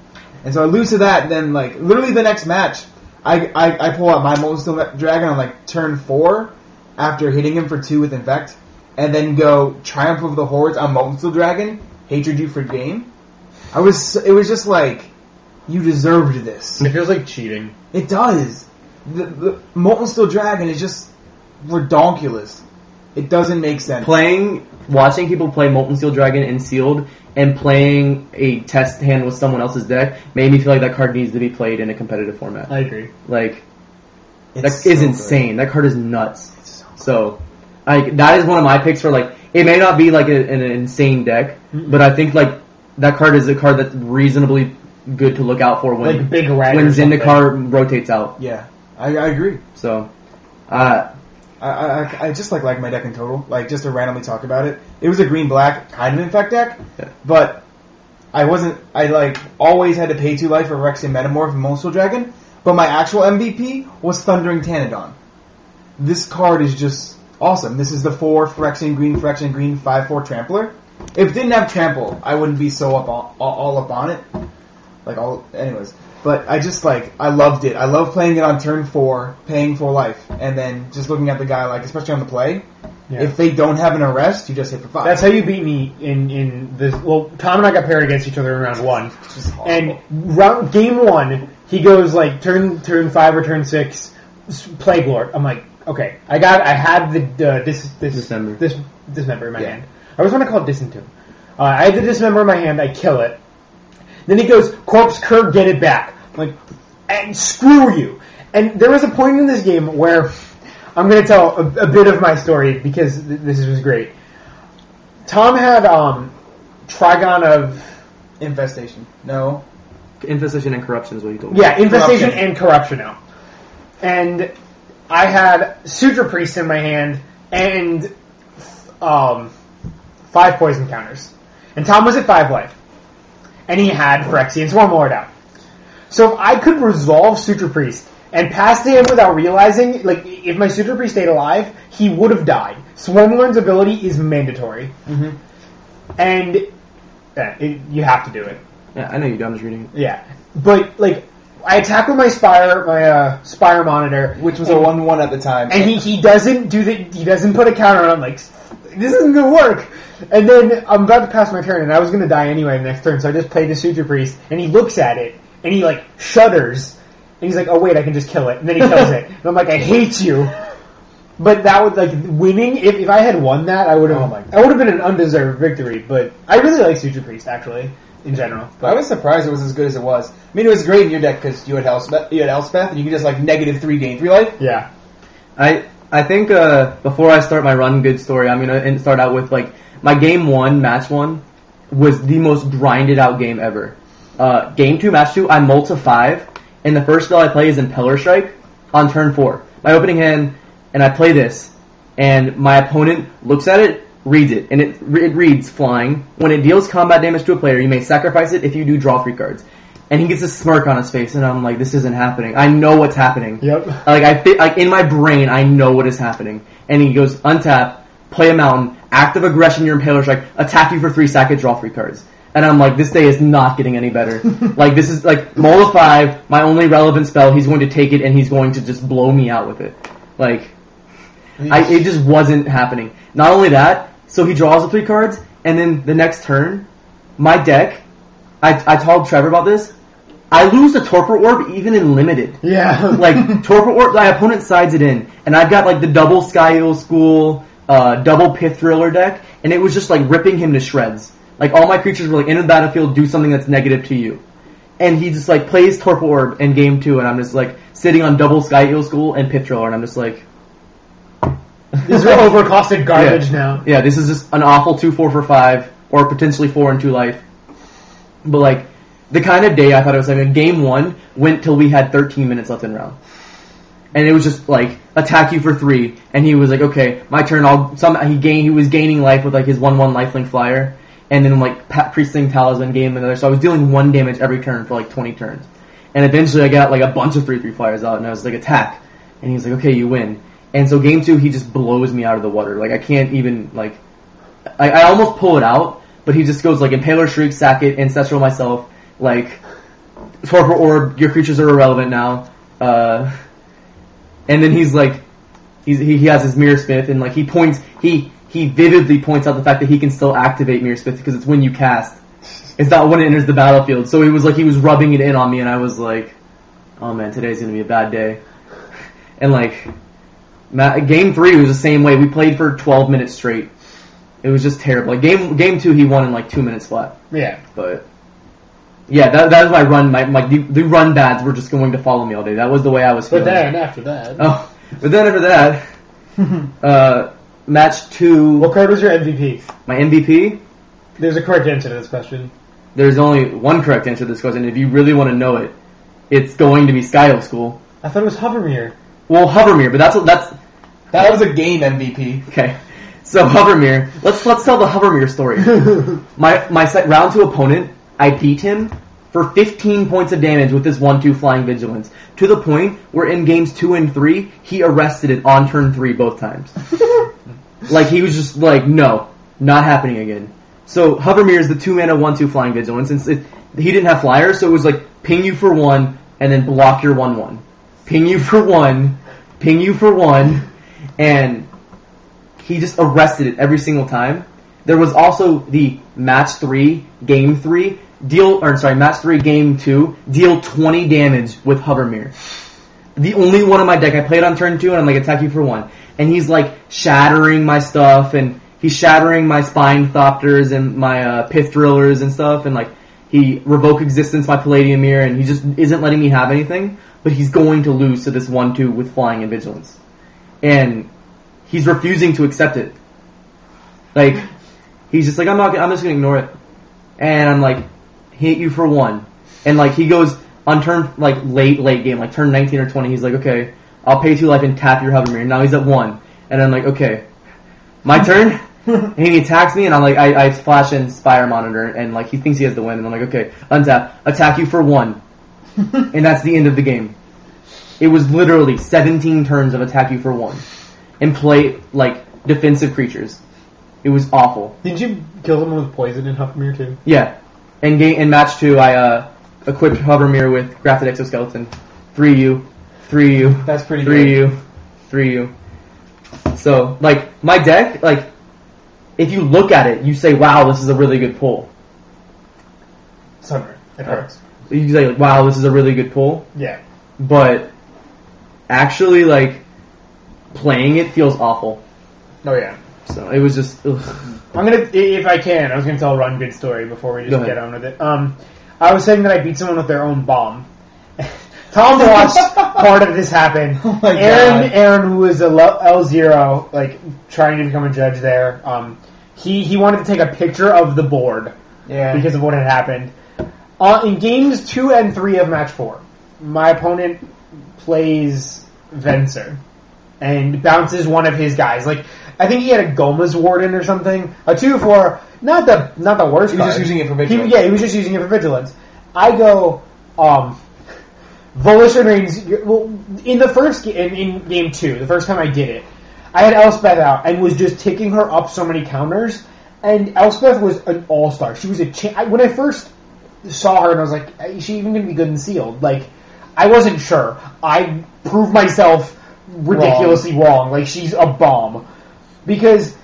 And so I lose to that, and then like literally the next match, I I, I pull out my Molten Steel Dragon on like turn four, after hitting him for two with Infect, and then go Triumph of the Hordes on Molten Steel Dragon, Hatred You for Game. I was so- it was just like, you deserved this.
It feels like cheating.
It does. The, the Molten Steel Dragon is just redonkulous. It doesn't make sense.
Playing, watching people play Molten Steel Dragon and Sealed, and playing a test hand with someone else's deck made me feel like that card needs to be played in a competitive format.
I agree.
Like,
It's
that
so
is
good.
insane. That card is nuts.
It's so good.
So, like that is one of my picks for like it may not be like a, an insane deck,
Mhm.
but I think like that card is a card that's reasonably good to look out for when
like big red.
when
or something.
Zendikar rotates out.
Yeah, I, I agree.
So, uh,
I, I, I- I just like like my deck in total. Like just to randomly talk about it, it was a green black kind of infect deck,
Yeah.
but I wasn't. I like always had to pay two life for Rexian Metamorph and Monster Dragon. But my actual MVP was Thundering Tanadon. This card is just awesome. This is the four Phyrexian green Phyrexian green five four Trampler. If it didn't have Trample, I wouldn't be so up all, all up on it like all anyways but i just like i loved it i love playing it on turn four paying for life and then just looking at the guy like especially on the play
Yeah.
if they don't have an arrest you just hit for five
That's how you beat me in in this. Well, Tom and I got paired against each other in round one,
It's just awful.
and round game one, he goes like turn turn five or turn six, s- plague lord. I'm like, okay, I got, I had the uh, this this
Dismember.
this dismember in my
Yeah.
hand. I was going to call it disintum. Uh, I had the dismember in my hand. I kill it. Then he goes, corpse cur, get it back. I'm like, and screw you. And there was a point in this game where I'm going to tell a, a bit of my story because th- this was great. Tom had um, Trigon of
infestation no
infestation and corruption is what he told me.
yeah infestation
Corruption.
and corruption now. and I had Sutra Priest in my hand and um, five poison counters. And Tom was at five life. And he had Phyrexian Swarmlord out. So if I could resolve Sutra Priest and pass to him without realizing, like, if my Sutra Priest stayed alive, he would have died. Swarmlord's ability is mandatory. And eh, it, you have to do it.
Yeah, I know you do. I'm just reading. it.
Yeah. But, like, I attack with my Spire, my uh, Spire Monitor.
which was a one-one at the time.
and he, he doesn't do the he doesn't put a counter on. I'm like, this isn't gonna work. And then I'm about to pass my turn, and I was gonna die anyway the next turn, so I just played the Suture Priest, and he looks at it, and he like shudders, and he's like, oh wait, I can just kill it, and then he kills it, and I'm like, I hate you. But that would like winning. If, if I had won that, I would have.
Oh my God.
I would have been an undeserved victory. But I really like Suture Priest actually in general.
I was surprised it was as good as it was. I mean, it was great in your deck because you had Elspeth, you had Elspeth, and you could just like negative three gain three life.
Yeah.
I I think uh, before I start my run good story, I'm gonna and start out with like my game one, match one, was the most grinded out game ever. Uh, game two, match two, I mull to five, and the first spell I play is Impeller Strike on turn four. My opening hand, and I play this, and my opponent looks at it, reads it, and it, it reads flying. When it deals combat damage to a player, you may sacrifice it if you do draw three cards. And he gets a smirk on his face, and I'm like, this isn't happening. I know what's happening.
Yep.
Like I fi- like in my brain, I know what is happening. And he goes untap, play a mountain, active aggression, your impaler strike, attack you for three sack, and draw three cards. And I'm like, this day is not getting any better. like this is like Mola five, my only relevant spell. He's going to take it and he's going to just blow me out with it. Like I, it just wasn't happening. Not only that, so he draws the three cards, and then the next turn, my deck. I, I told Trevor about this. I lose the torpor orb even in limited.
Yeah.
Like torpor orb, my opponent sides it in, and I've got like the double Sky Eagle School, uh, double Pith Thriller deck, and it was just like ripping him to shreds. Like all my creatures were like in the battlefield, do something that's negative to you, and he just like plays torpor orb in game two, and I'm just like sitting on double Sky Eagle School and Pith Thriller, and I'm just like.
these are overcosted garbage
Yeah.
now.
Yeah, this is just an awful two four for five, or potentially four and two life. But like the kind of day I thought it was like a game one went till we had thirteen minutes left in round. And it was just like attack you for three, and he was like, "Okay, my turn." I'll some he gain he was gaining life with like his one one lifelink flyer, and then like Pat Priestling Talisman game another. So I was dealing one damage every turn for like twenty turns, and eventually I got like a bunch of three three flyers out, and I was like attack, and he's like, "Okay, you win." And so game two, he just blows me out of the water. Like I can't even like, I, I almost pull it out, but he just goes like Impaler Shriek, sack it, Ancestral myself, like Torpor Orb, your creatures are irrelevant now. Uh, and then he's like, he's, he, he has his Mirror Smith, and like he points, he he vividly points out the fact that he can still activate Mirror Smith because it's when you cast, it's not when it enters the battlefield. So he was like, he was rubbing it in on me, and I was like, oh man, today's gonna be a bad day. And like, Ma- game three was the same way. We played for 12 minutes straight. It was just terrible. Like game game two, he won in like two minutes flat.
Yeah.
But yeah, that that was my run. My, my the, the run bads were just going to follow me all day. That was the way I was.
But
Feeling.
then after that,
oh, but then after that, uh, match two,
what card was your MVP?
my MVP.
There's a correct answer to this question.
There's only one correct answer to this question. If you really want to know it, it's going to be Skyo School.
I thought it was Hovermere.
Well, Hovermere, but that's that's
That was a game MVP.
Okay. So Hovermere, let's let's tell the Hovermere story. my my se- round two opponent, I beat him for 15 points of damage with his one two flying vigilance. To the point where in games two and three, he arrested it on turn three both times. like he was just like, no, not happening again. So Hovermere is the two mana one two flying vigilance. And it, he didn't have flyers, so it was like ping you for one and then block your one one, ping you for one, ping you for one, and he just arrested it every single time. There was also the match three, game three, deal, or sorry, match three, game two, deal 20 damage with Hovermere. The only one on my deck, I played on turn two and I'm like, attack you for one. And he's like shattering my stuff and he's shattering my spine thopters and my uh, pith drillers and stuff and like he revoke existence my palladium mirror and he just isn't letting me have anything, but he's going to lose to this one two with flying and vigilance. And he's refusing to accept it. Like he's just like I'm not. gonna- I'm just gonna ignore it. And I'm like, hit you for one. And like he goes on turn like late late game, like turn 19 or 20. He's like, okay, I'll pay two life and tap your hover mirror. Now he's at one, and I'm like, okay, my turn. and he attacks me, and I'm like, I, I flash inspire monitor, and like he thinks he has the win, and I'm like, okay, untap, attack you for one, and that's the end of the game. It was literally 17 turns of attack you for one, and play like defensive creatures. It was awful.
Did you kill them with poison in Huffmere too?
Yeah. In game in match two, I uh, equipped Hovermere with grafted exoskeleton. Three U, three U,
That's pretty
three
good.
U, three U. So like my deck, like if you look at it, you say, "Wow, this is a really good pull."
Summer. It hurts.
You say, like, "Wow, this is a really good pull,"
Oh. Yeah.
but actually, like playing it feels awful.
Oh yeah.
So it was just ugh.
I'm gonna, i- if I can, I was gonna tell Run good story before we
Go
just
ahead.
get on with it. Um, I was saying that I beat someone with their own bomb. Tom watched part of this happen.
Oh my
Aaron,
God.
Aaron, who was a L zero, like trying to become a judge there. Um, he he wanted to take a picture of the board
Yeah.
because of what had happened. Uh, in games two and three of match four, my opponent plays Venser and bounces one of his guys. Like I think he had a Goma's Warden or something. A two four, not the not the worst.
He was
card.
just using it for
He-
vigilance.
yeah, he was just using it for vigilance. I go, um, Volition Reigns. Well, in the first ga- in, in game two, the first time I did it, I had Elspeth out and was just ticking her up so many counters. And Elspeth was an all star. She was a cha- I, when I first saw her and I was like, is she even going to be good and sealed? E Like, I wasn't sure. I proved myself ridiculously wrong. Like, she's a bomb. Because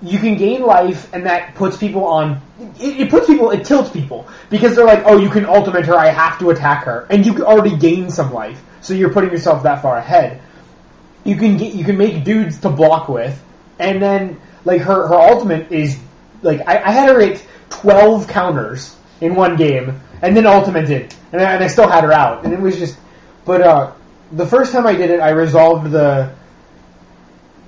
you can gain life and that puts people on, it, it puts people, it tilts people. Because they're like, oh, you can ultimate her, I have to attack her. And you already gained some life. So you're putting yourself that far ahead you can get you can make dudes to block with, and then like her her ultimate is like I, I had her at twelve counters in one game, and then ultimated, and I, and I still had her out, and it was just. But uh, the first time I did it, I resolved the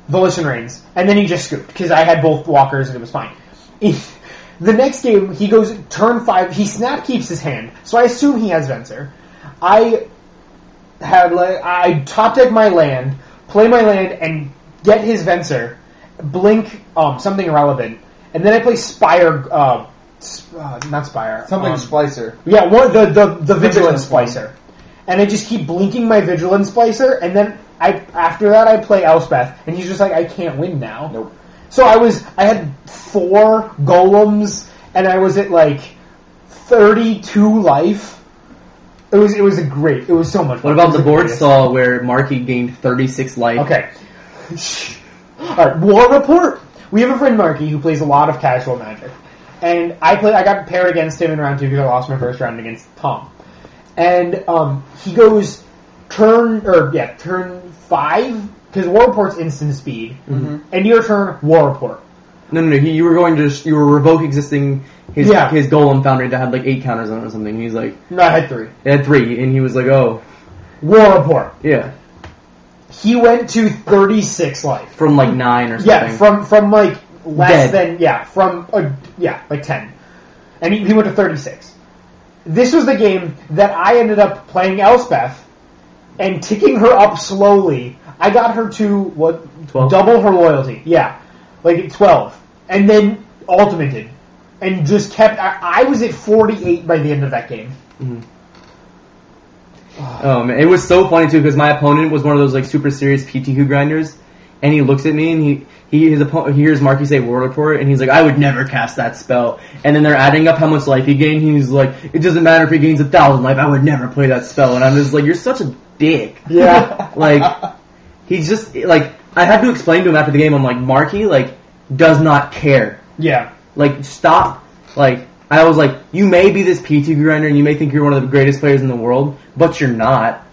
volition reigns, and then he just scooped because I had both walkers and it was fine. the next game, he goes turn five. He snap keeps his hand, so I assume he has Venser. I had like I top deck my land, play my land, and get his Venser, blink um, something irrelevant, and then I play Spire. Uh, sp- uh, not Spire.
Something
um,
splicer.
yeah, one, the, the, the Vigilance
Vigilance one.
Splicer. And I just keep blinking my Vigilance Splicer, and then I after that I play Elspeth, and he's just like, I can't win now.
Nope.
So I was, I had four golems, and I was at like 32 life. It was, it was a great, it was so much
What
fun. It
about
was
the board
greatest.
saw where Marky gained 36 life?
Okay. Alright, war report. We have a friend Marky who plays a lot of casual magic. And I play I got paired against him in round two because I lost my first round against Tom. And um, he goes turn or yeah, turn five, because war report's instant speed. And your turn, war report.
No, no, no. He, you were going to just, you were revoke existing his
Yeah.
his golem foundry that had like eight counters on it or something. And he's like,
No, I had three.
it had three, and he was like, oh,
War report.
yeah,
He went to thirty six life.
from like nine or something.
Yeah, from from like
Dead.
less than yeah, from uh, yeah, like ten, and he, he went to thirty six. This was the game that I ended up playing Elspeth and ticking her up slowly. I got her to what
12?
double her loyalty. Yeah, like twelve, and then ultimated, and just kept. I, I was at forty eight by the end of that game.
Oh man, it was so funny too because my opponent was one of those like super serious PTQ grinders, and he looks at me and he. He, his opponent, he hears Marky say War Report, and he's like, I would never cast that spell. And then they're adding up how much life he gained, and he's like, it doesn't matter if he gains a thousand life, I would never play that spell. And I'm just like, you're such a dick.
Yeah.
Like, he's just, like, I had to explain to him after the game, I'm like, Marky, like, does not care.
yeah.
Like, stop. Like, I was like, you may be this P2 grinder and you may think you're one of the greatest players in the world, but you're not.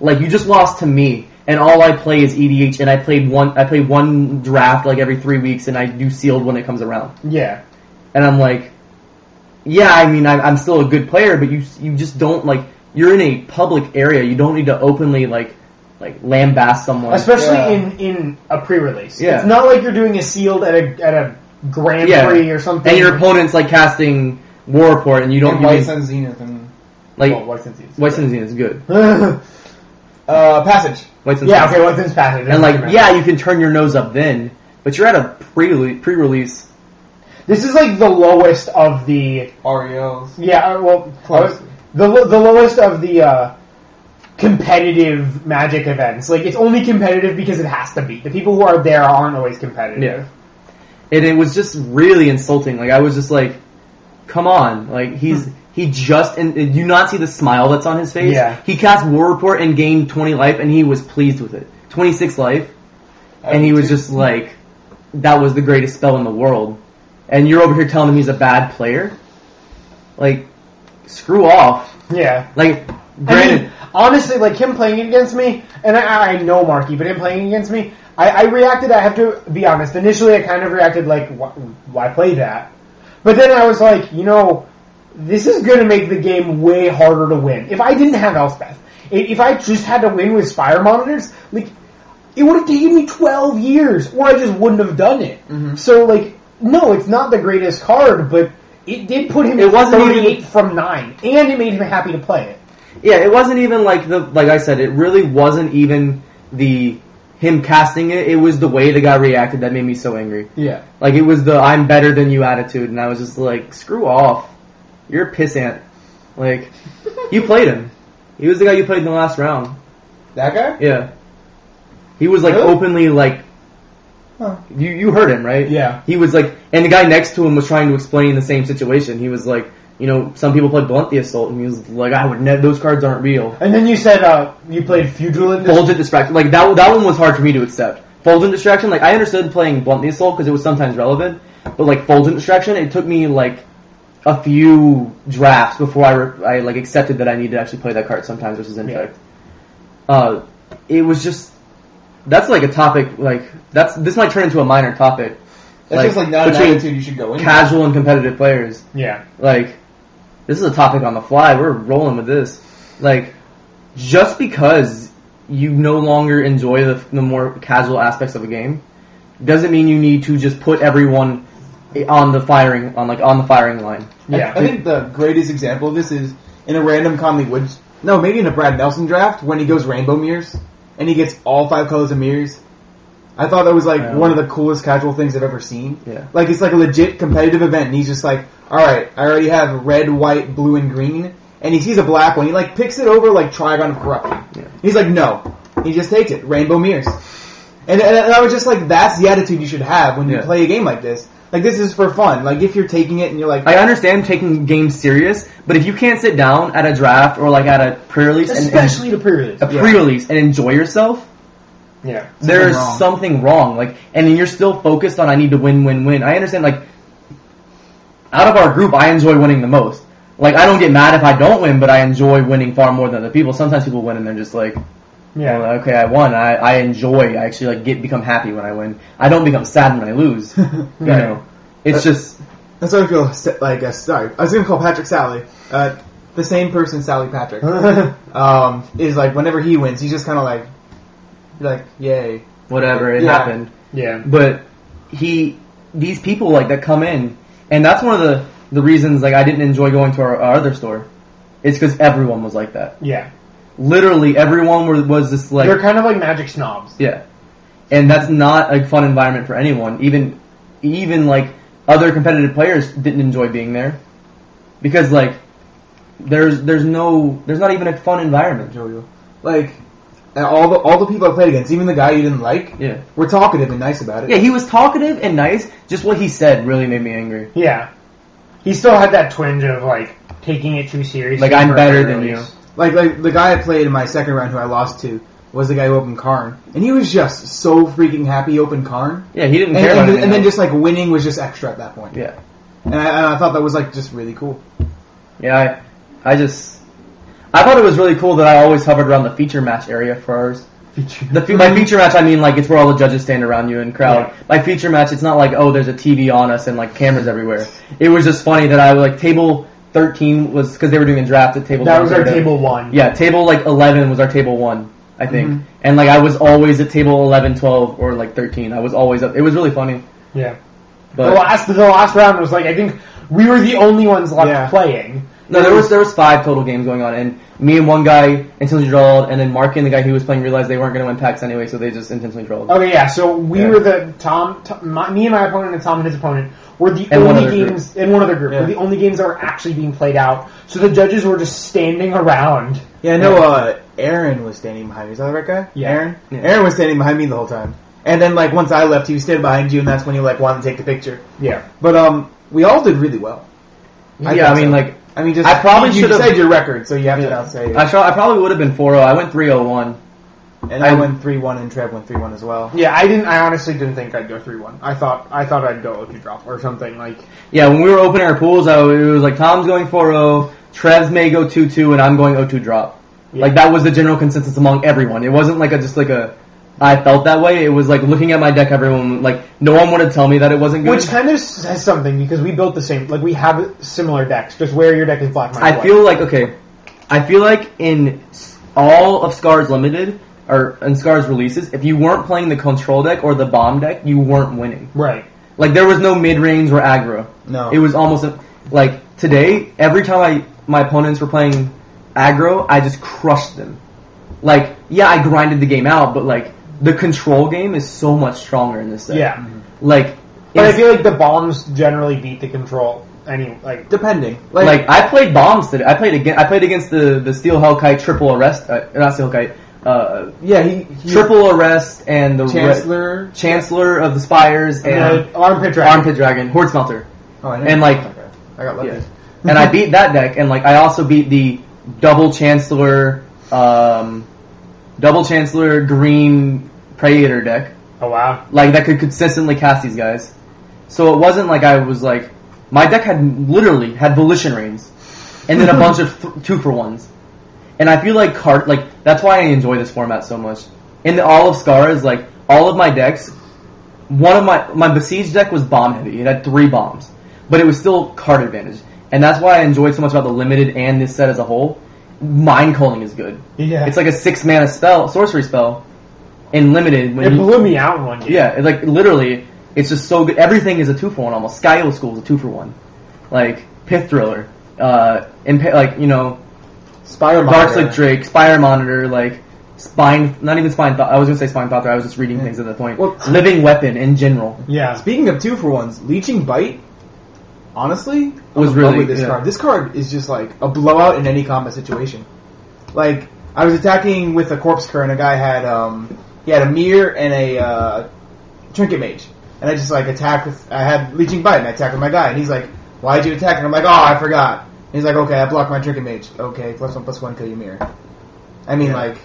Like, you just lost to me, and all I play is EDH, and I played one, I play one draft, like, every three weeks, and I do sealed when it comes around.
Yeah.
And I'm like, yeah, I mean, I'm, I'm still a good player, but you, you just don't, like, you're in a public area, you don't need to openly, like, like, lambast someone.
especially
Yeah.
in in a pre-release.
Yeah.
It's not like you're doing a sealed at a at a Grand
Yeah.
Prix or something.
and your opponent's like casting War Report, and you don't
And
you
White
mean,
Sun Zenith and
like
Well, what's in season?
White Sun Zenith is good.
yeah,
Uh, passage.
Wait,
Yeah, okay, well, this passage.
And like, yeah, you can turn your nose up then, but you're at a pre pre-release.
This is like the lowest of the.
REOs.
Yeah, uh, well,
Close.
Oh.
the lo- the lowest of the uh, competitive Magic events. Like, it's only competitive because it has to be. The people who are there aren't always competitive.
and it was just really insulting. Like I was just like, "Come on!" Like he's
Hmm.
he just and and you not see the smile that's on his face.
Yeah.
he cast War Report and gained twenty life, and he was pleased with it. Twenty six life, and he was just like, "That was the greatest spell in the world." And you're over here telling him he's a bad player. Like, screw off.
Yeah.
Like,
I
granted,
mean, honestly, like him playing against me, and I, I know Marky, but him playing against me, I, I reacted. I have to be honest. Initially, I kind of reacted like, wh- "Why play that?" But then I was like, you know, this is going to make the game way harder to win. If I didn't have Elspeth, i- if I just had to win with Spire monitors, like it would have taken me twelve years, or I just wouldn't have done it.
Mm-hmm.
So, like, no, it's not the greatest card, but. It did put him
It wasn't even-
38 from 9, and it made him happy to play it.
Yeah, it wasn't even like the like I said, it really wasn't even the him casting it, it was the way the guy reacted that made me so angry.
Yeah.
Like it was the I'm better than you attitude and I was just like, Screw off. You're a pissant. Like you played him. He was the guy you played in the last round.
That guy?
Yeah. He was like
Really?
openly like
Huh.
you you heard him, right?
Yeah.
He was like and the guy next to him was trying to explain the same situation. He was like, you know, some people play blunt the assault and he was like, I would never those cards aren't real.
And then you said uh, you played Fugilin.
Fulgent distraction, like that. That one was hard for me to accept. Fulgent distraction, like I understood playing blunt the assault because it was sometimes relevant, but like fulgent distraction, it took me like a few drafts before I, re- I like accepted that I needed to actually play that card sometimes, which is in
Yeah.
fact. Uh, it was just that's like a topic like that's this might turn into a minor topic.
That's just like not an
between
attitude you should go in.
casual and competitive players.
Yeah.
Like, this is a topic on the fly. We're rolling with this. Like, just because you no longer enjoy the, the more casual aspects of a game, doesn't mean you need to just put everyone on the firing on like on the firing line.
Yeah.
I think the greatest example of this is in a random Conley Woods. No, maybe in a Brad Nelson draft when he goes rainbow mirrors and he gets all five colors of mirrors. I thought that was like
Yeah.
one of the coolest casual things I've ever seen.
Yeah.
Like it's like a legit competitive event and he's just like, alright, I already have red, white, blue, and green. And he sees a black one. He like picks it over like Trigon of Corruption.
Yeah.
He's like, no. He just takes it. Rainbow mirrors. And, and, and I was just like, that's the attitude you should have when you
Yeah.
play a game like this. Like this is for fun. Like if you're taking it and you're like,
I understand taking games serious, but if you can't sit down at a draft or like at a pre-release and, and
Especially the pre-release.
a pre-release and enjoy yourself,
Yeah.
there is
wrong.
something wrong. Like, and then you're still focused on I need to win, win, win. I understand. Like, out of our group, I enjoy winning the most. Like, I don't get mad if I don't win, but I enjoy winning far more than other people. Sometimes people win and they're just like,
Yeah.
okay, I won. I, I enjoy. I actually like get become happy when I win. I don't become sad when I lose. you know, it's just
That's what I feel sa- like. Uh, sorry, I was gonna call Patrick Sally. Uh, the same person, Sally Patrick, um, is like whenever he wins, he's just kind of like, like, yay.
whatever. It
Yeah.
happened.
yeah.
but he these people like that come in and that's one of the the reasons like i didn't enjoy going to our, our other store it's because everyone was like that
Yeah.
literally everyone were, was just like
They're kind of like magic snobs.
yeah and that's not a fun environment for anyone even even like other competitive players didn't enjoy being there because like there's there's no there's not even a fun environment
Jojo. Like, and all the all the people I played against, even the guy you didn't like,
yeah
were talkative and nice about it.
yeah he was talkative and nice just what he said really made me angry
Yeah. He still had that twinge of like taking it too seriously.
Like, I'm
for a
better than
pre-release.
Like, like the guy I played in my second round, who I lost to, was the guy who opened Karn, and he was just so freaking happy he opened Karn,
yeah he didn't
and,
care about
and, then-
anything
and then
else.
just like winning was just extra at that point.
yeah
And I, and I thought that was like just really cool.
Yeah, I, I just I thought it was really cool that I always hovered around the feature match area for ours. The fe- by feature match I mean like it's where all the judges stand around you and crowd.
Yeah.
By feature match it's not like oh there's a TV on us and like cameras everywhere. It was just funny that I like table thirteen was because they were doing a draft at table.
That was our
13.
table one.
Yeah, table like eleven was our table one. I think,
Mm-hmm.
Mhm.
and like I was always at table 11, 12, or like thirteen. I was always up. It was really funny,
Yeah.
but
Oh, the last the last round was like I think we were the only ones left
Yeah.
playing.
No, there was there was five total games going on, and me and one guy intentionally drawled, and then Mark and the guy he was playing realized they weren't going to win packs anyway, so they just intentionally drawled.
Okay, yeah. So we
Yeah.
were the Tom, Tom my, me and my opponent, and Tom and his opponent were the
And one
only
other group.
games in one other group.
Yeah.
Were the only games that were actually being played out. So the judges were just standing around.
Yeah, I know. Uh, Aaron was standing behind me. Is that the right guy?
Yeah.
Aaron.
Yeah.
Aaron was standing behind me the whole time. And then, like, once I left, he was standing behind you, and that's when he like wanted to take the picture.
Yeah.
But um, we all did really well.
yeah, I
think
mean
so.
like
I mean, just
I probably
you, you
should've-
said your record, so you have to
Yeah.
now say. It.
I, tro- I probably would have been 4-0. I went 3-0-1.
and I,
I-
went three one, and Trev went three one as well.
Yeah, I didn't. I honestly didn't think I'd go three one. I thought I thought I'd go if you drop or something like.
Yeah, when we were opening our pools, I, it was like Tom's going 4-0, Trev's may go 2-2, and I'm going 0-2 drop.
Yeah.
Like that was the general consensus among everyone. It wasn't like a just like a I felt that way. It was like looking at my deck, everyone like no one wanted to tell me that it wasn't good.
Which kind of says something because we built the same. Like we have similar decks. Just where your deck is black. mine is
I
white.
feel like okay. I feel like in s- all of Scar's Limited or in Scar's releases, if you weren't playing the control deck or the bomb deck, you weren't winning.
right.
Like there was no mid range or aggro.
No.
It was almost a, like today. Every time I my opponents were playing aggro, I just crushed them. Like yeah, I grinded the game out, but like the control game is so much stronger in this set.
Yeah.
Like,
But I
it's-
feel like the bombs generally beat the control. Any like
Depending, like,
like, I played bombs today. I played against I played against the the steel hellkite triple arrest. Uh, not steel hellkite. Uh,
yeah, he, he
triple arrest and the
chancellor.
Red, chancellor of the spires and
the armpit dragon.
armpit dragon horde smelter.
oh, I know.
and, like-
Okay. I got lucky.
Yeah. and I beat that deck, and like I also beat the double chancellor, um, double chancellor green praetor deck,
Oh wow.
like that could consistently cast these guys. So it wasn't like I was like my deck had literally had volition reigns, and then a bunch of th- two for ones, and I feel like card like that's why I enjoy this format so much. In the all of Scar is like all of my decks. One of my my besieged deck was bomb heavy. It had three bombs, but it was still card advantage, and that's why I enjoyed so much about the limited and this set as a whole. Mind calling is good.
Yeah.
It's like a six mana spell, sorcery spell, in limited. When
it
you-
blew me out in one game.
yeah, it, like literally, it's just so good. Everything is a two for one almost. Skyhill School is a two for one. Like Pith Thriller, uh, impa- like you know,
Spire
Dark Slick Drake, Spire Monitor, like Spine. Not even Spine. Thought, I was gonna say Spine Thought. I was just reading things at the point.
Well-
Living Weapon in general.
Yeah.
Speaking of two for ones, leeching bite. Honestly, I'm
Was
in love
really-
with this
yeah.
card. This card is just like a blowout in any combat situation. Like I was attacking with a corpse cur and a guy had um he had a mirror and a uh, trinket mage and I just like attacked with I had leeching bite and I attacked with my guy and he's like why'd you attack and I'm like oh I forgot and he's like okay I blocked my trinket mage okay plus one plus one kill your mirror I mean
Yeah.
like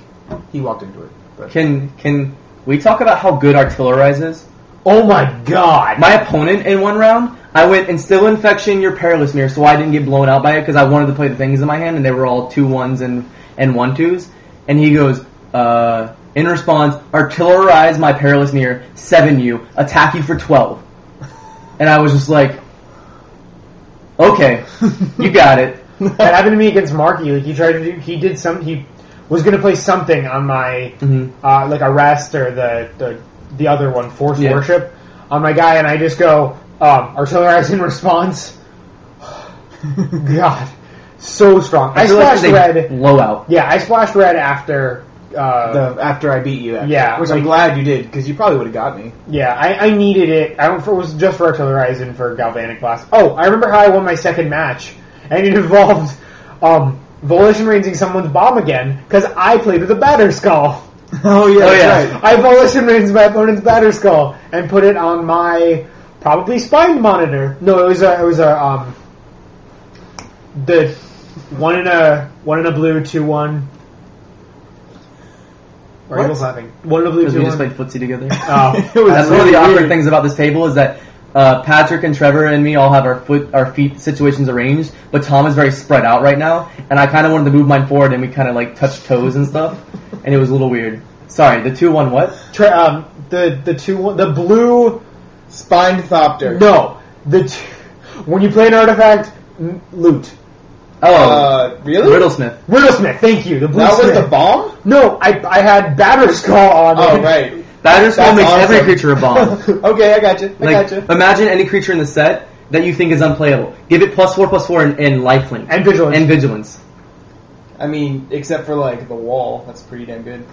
he walked into it but
Can can we talk about how good Artillerize is?
Oh my god.
My opponent in one round, I went Instill Infection, you're Perilous Mirror, so I didn't get blown out by it because I wanted to play the things in my hand and they were all two ones and, and one twos. And he goes, uh, in response, Artillerize my Perilous Mirror, seven you, attack you for 12. And I was just like, okay, you got it.
that happened to me against Marky. Like he tried to do, he did some. He was going to play something on my
Mhm.
uh, like arrest or the the, the other one, force
Yeah.
worship, on my guy, and I just go um, artillerize in response. God, so strong. I,
feel like
splashed
they Mm.
red.
blow out.
Yeah, I splashed red after. Uh,
the, after I beat you, actually.
Yeah,
which I'm
like-
glad you did because you probably would have got me.
Yeah, I, I needed it. I don't. It was just for artillerizing and for galvanic blast. Oh, I remember how I won my second match, and it involved um, volition ranging someone's bomb again because I played with a batter skull.
Oh yeah,
Oh,
that's
yeah.
right.
I volition ranged my opponent's batter skull and put it on my probably spine monitor. No, it was a it was a um, the one in a one in a blue two one. Or
What?
Eagles laughing. One in a blue
Because
two
we just played
one.
footsie together.
Oh.
It was
That's one of the
really
awkward
weird.
things about this table is that uh, Patrick and Trevor and me all have our foot, our feet situations arranged, but Tom is very spread out right now, and I kind of wanted to move mine forward, and we kind of like touched toes and stuff, and it was a little weird. Sorry, the two one what?
Tra- um, the the two one the blue
Spined Thopter.
no the t- when you play an artifact m- loot
Oh,
Uh, really?
Riddlesmith.
riddlesmith thank you the blue
That was
smith.
the bomb?
no I I had batter skull on
Oh,
it.
right.
Batter's
That's
skull makes every
awesome.
creature a bomb.
okay, I got you. I
Like,
got you.
imagine any creature in the set that you think is unplayable. Give it plus four, plus four, and, and lifelink
And vigilance.
and vigilance.
I mean, except for like the wall, that's pretty damn good.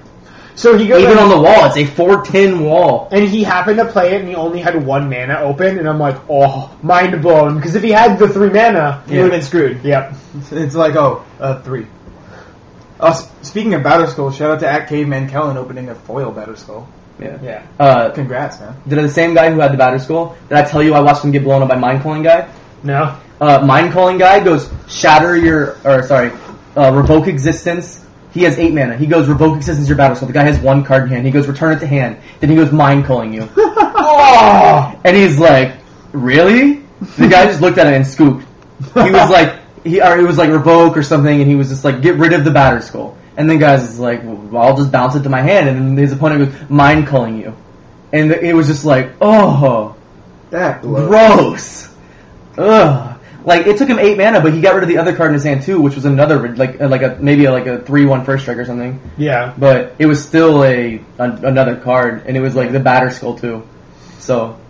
so he goes
Even on the wall, it's a four ten wall.
and he happened to play it, and he only had one mana open, and I'm like, oh, mind blown. Because if he had the three mana,
You would have been screwed.
yep.
It's like oh, uh, three. Uh, sp- speaking of Battle Skull, shout out to at Caveman Kellen opening a foil Battle Skull.
Yeah.
Yeah.
Uh,
Congrats, man.
did the same guy who had the batter school? Did I tell you I watched him get blown up by mind calling guy?
No.
uh, mind calling guy goes shatter your or sorry uh, revoke existence. He has eight mana. He goes revoke existence your battle spell. The guy has one card in hand. He goes return it to hand. Then he goes mind calling you,
Oh!
and he's like, really? The guy just looked at it and scooped. He was like, he or he was like revoke or something, and he was just like get rid of the batter skull. And then guys is like, well, I'll just bounce it to my hand, and his opponent goes mind calling you, and it was just like, oh.
That blows.
Gross. Ugh. Like it took him eight mana, but he got rid of the other card in his hand too, which was another like uh, like a maybe a, like a three one first strike or something.
Yeah.
But it was still a, an another card, and it was like the batter skull too. So,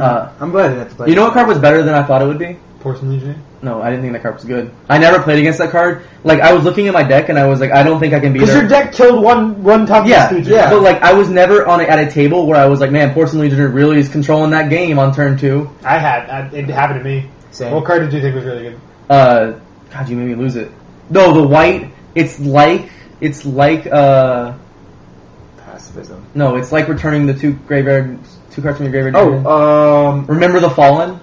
uh,
I'm glad I didn't have to play.
you know what card was better than I thought it would be?
Porcelain Legionary?
No, I didn't think that card was good. I never played against that card. Like I was looking at my deck, and I was like, I don't think I can beat
Because
her.
your deck killed one one top
Yeah,
prestige.
yeah. But like, I was never on a, at a table where I was like, man, Porcelain Legionary really is controlling that game on turn two.
I had I, it happened to me.
Same.
What card did you think was really good?
uh God, you made me lose it. No, the white. It's like it's like uh
Pacifism.
no, it's like returning the two graveyard two cards from your graveyard.
Oh, um,
remember the fallen?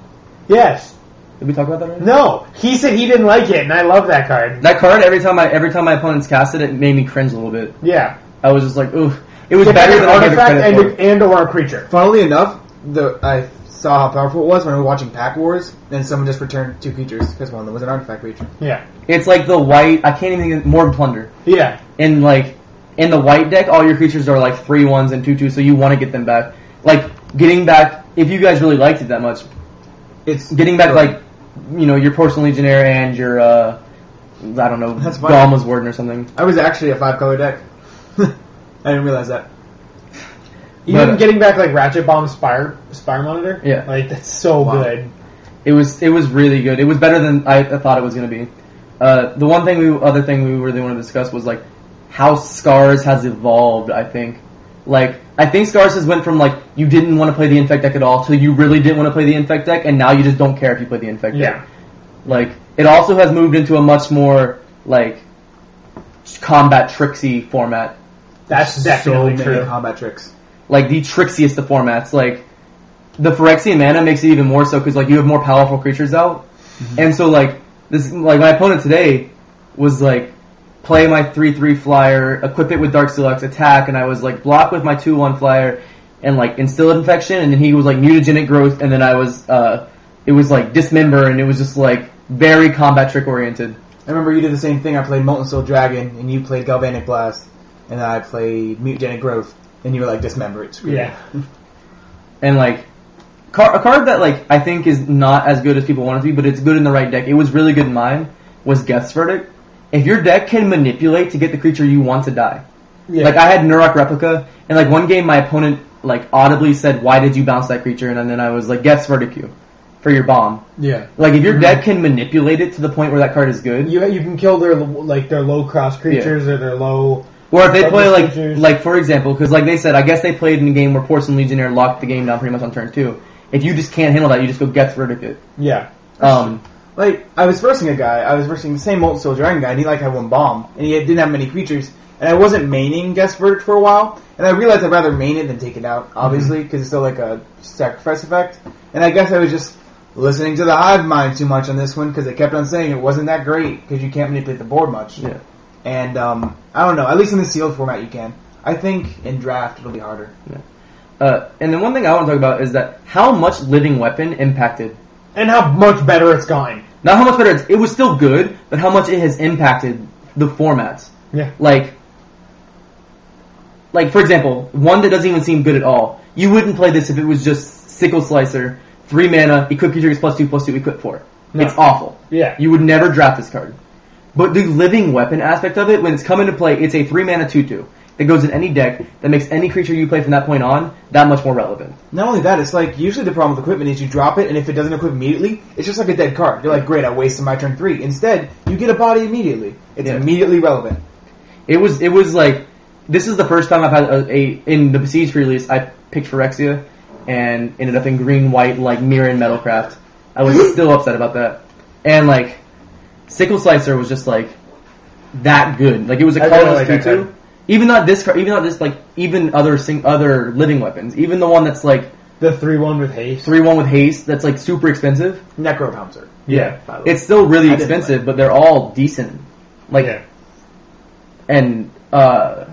Yes.
Did we talk about that? Already?
No. He said he didn't like it, and I love that card.
That card every time I every time my opponents cast it, it made me cringe a little bit.
Yeah.
I was just like, ooh, it was
Get
better
an
than I gave it
artifact
credit
and,
for.
and or a creature.
funnily enough, the I saw how powerful it was when we were watching Pack Wars, and someone just returned two creatures because one of them was an artifact creature.
Yeah.
It's like the white. I can't even think of more plunder.
Yeah.
And like in the white deck, all your creatures are like three ones and two twos, so you want to get them back. Like getting back, if you guys really liked it that much,
It's
getting back like you know your porcelain legionnaire and your uh I don't know
That's fine.
Galma's warden or something.
I was actually a five color deck. I didn't realize that.
Even
But, uh,
getting back like Ratchet Bomb Spire Spire Monitor.
Yeah.
Like that's so
Wow.
good.
It was it was really good. It was better than I, I thought it was gonna be. Uh, the one thing we other thing we really want to discuss was like how Scars has evolved. I think like I think Scars has went from like you didn't want to play the infect deck at all to you really didn't want to play the infect deck, and now you just don't care if you play the infect deck.
Yeah.
Like it also has moved into a much more like combat tricksy format.
That's
so
definitely
many
true.
combat tricks.
like the trixiest of formats. Like the Phyrexian mana makes it even more so because like you have more powerful creatures out, and so like this like my opponent today was like play my three three flyer, equip it with Dark Deluxe attack, and I was like block with my two one flyer and like instill infection, and then he was like mutagenic growth, and then I was uh it was like dismember, and it was just like very combat trick oriented.
I remember you did the same thing. I played Molten Soul Dragon, and you played Galvanic Blast, and I played Mutagenic Growth, and you were like, dismember it. Screw it.
Yeah.
and like car- a card that like I think is not as good as people want it to be, but it's good in the right deck. It was really good in mine. Was Death's Verdict. If your deck can manipulate to get the creature you want to die,
Yeah.
like I had Nurok Replica, and like one game my opponent like audibly said, "Why did you bounce that creature?" And then I was like, "Death's Verdict you for your bomb."
yeah.
Like if your deck can manipulate it to the point where that card is good,
You you can kill their like their low cost creatures or their low
Or if they
Double
play like,
features.
like for example, because like they said, I guess they played in a game where Porcelain Legionnaire locked the game down pretty much on turn two. If you just can't handle that, you just go Geth's Verdict it.
yeah.
Um,
Like, I was versing a guy, I was versing the same Molten Soul Dragon guy, and he like had one bomb, and he didn't have many creatures, and I wasn't maining Guest Verdict for a while, and I realized I'd rather main it than take it out, obviously, because it's still like a sacrifice effect, and I guess I was just listening to the hive mind too much on this one, because they kept on saying it wasn't that great, because you can't manipulate the board much.
yeah.
And, um, I don't know, at least in the sealed format you can. I think in draft it'll be harder.
Uh, and then one thing I want to talk about is that how much Living Weapon impacted.
And how much better it's gone.
Not how much better it's, it was still good, but how much it has impacted the formats.
Yeah.
Like, like for example, one that doesn't even seem good at all. You wouldn't play this if it was just Sickle Slicer, three mana, equip your triggers plus two plus two, equip four.
No.
It's awful.
Yeah.
You would never draft this card. But the living weapon aspect of it, when it's come into play, it's a three mana two two. that goes in any deck that makes any creature you play from that point on that much more relevant.
Not only that, it's like usually the problem with equipment is you drop it, and if it doesn't equip immediately, it's just like a dead card. You're like, great, I wasted my turn three. Instead, you get a body immediately. It's
Yeah.
immediately relevant.
It was it was like this is the first time I've had a, a in the besieged release I picked Phyrexia and ended up in green white like mirror and metalcraft. I was still upset about that. And like Sickle Slicer was just like that good. Like it was a
I really
colorless
like
two
that
two.
card.
Even not this card even not this like even other sing other living weapons. Even the one that's like
The three one with haste.
three one with haste that's like super expensive.
Necropouncer.
Yeah.
by the way.
It's still really
I didn't
expensive, but they're all decent. Like
yeah.
and uh,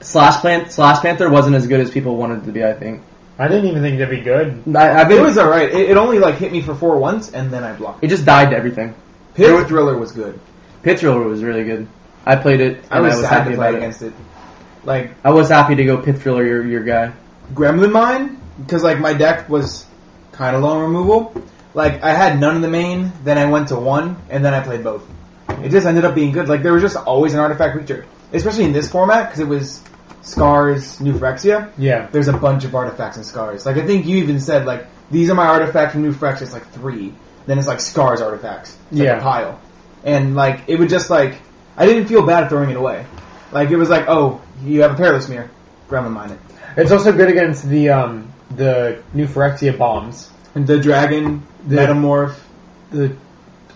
Slash Plant Slash Panther wasn't as good as people wanted it to be. I think
I didn't even think that'd be good.
I, I've been,
it
it,
was alright. It, it only like hit me for four once, and then I blocked.
just died to everything.
Pit with Thriller was good.
Pitch Roller was really good. I played it. And
I was, sad
happy
to play
about it.
against it. Like
I was happy to go Pith Driller, your your guy.
Gremlin Mine, because like my deck was kind of low on removal. Like I had none in the main, then I went to one, and then I played both. It just ended up being good. Like there was just always an artifact creature, especially in this format because it was Scars New Phyrexia.
Yeah.
There's a bunch of artifacts and Scars. Like I think you even said like these are my artifacts from New Phyrexia. It's like three. Then it's like Scars artifacts. It's like
Yeah.
a pile. And like it would just like I didn't feel bad throwing it away. Like it was like oh you have a perilous mirror, Gremlin Mine it.
It's also good against the um the new Phyrexia bombs.
And The dragon,
The-
metamorph.
The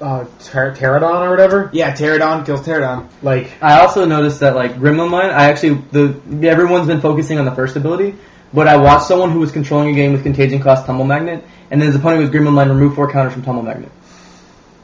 uh ter- Pterodon or whatever.
Yeah, pterodon kills pterodon.
Like
I also noticed that like Gremlin Mine, I actually the everyone's been focusing on the first ability, but I watched someone who was controlling a game with Contagion class Tumble Magnet, and then his opponent with Gremlin Mine removed four counters from Tumble Magnet,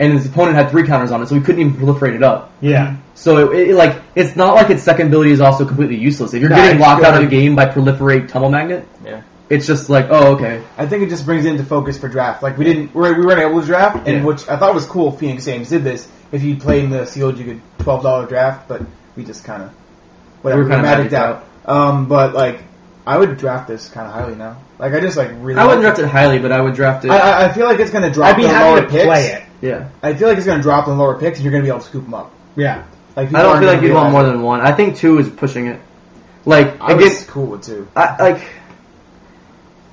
and his opponent had three counters on it, so he couldn't even proliferate it up.
yeah.
So it, it like it's not like its second ability is also completely useless. If you're
No,
getting
it's
locked out of the
good.
game by proliferate tumble magnet,
Yeah.
it's just like oh okay.
I think it just brings it into focus for draft. Like we didn't, we were- we weren't able to draft, and
Yeah.
which I thought was cool. Phoenix Games did this. If you played in the sealed, you could twelve dollar draft, but we just kind of whatever
We were kinda
magicked
magicked
out. Um, but like I would draft this kind of highly now. Like I just like really.
I wouldn't
like
draft it highly, but I would draft it.
I, I- I feel like it's gonna drop.
I'd be
in the
happy
lower
to
picks.
play it.
yeah,
I feel like it's gonna drop in the lower picks, and you're gonna be able to scoop them up.
Yeah.
Like
I don't feel like you'd want more than one. I think two is pushing it. Like
I
I
was
guess
cool with two.
I like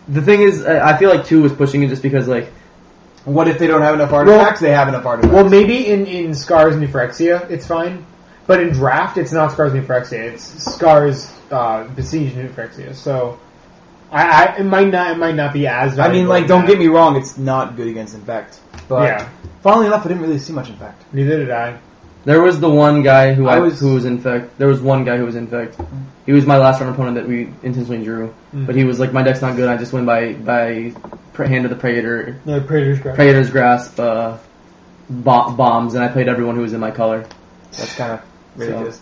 the thing is I I feel like two was pushing it just because like
What if they don't have enough artifacts? they have enough artifacts.
Well, maybe in, in Scars and Euphorexia, it's fine. But in Draft, it's not Scars and Euphorexia. It's Scars, uh, Besieged and Euphorexia. So, I, I, it might not, it might not be as
I
valuable.
mean, like,
as
don't
that.
get me wrong, it's not good against Infect. But
Yeah.
funnily enough, I didn't really see much Infect.
Neither did I.
there was the one guy who
I
I,
was-
was who was infect. There was one guy who was infect. He was my last round opponent that we intentionally drew, but he was like my deck's not good. I just win by by pre- hand of the praetor
No, Praetor's Grasp.
Praetor's Grasp uh, bo- bombs, and I played everyone who was in my color.
That's kind of ridiculous.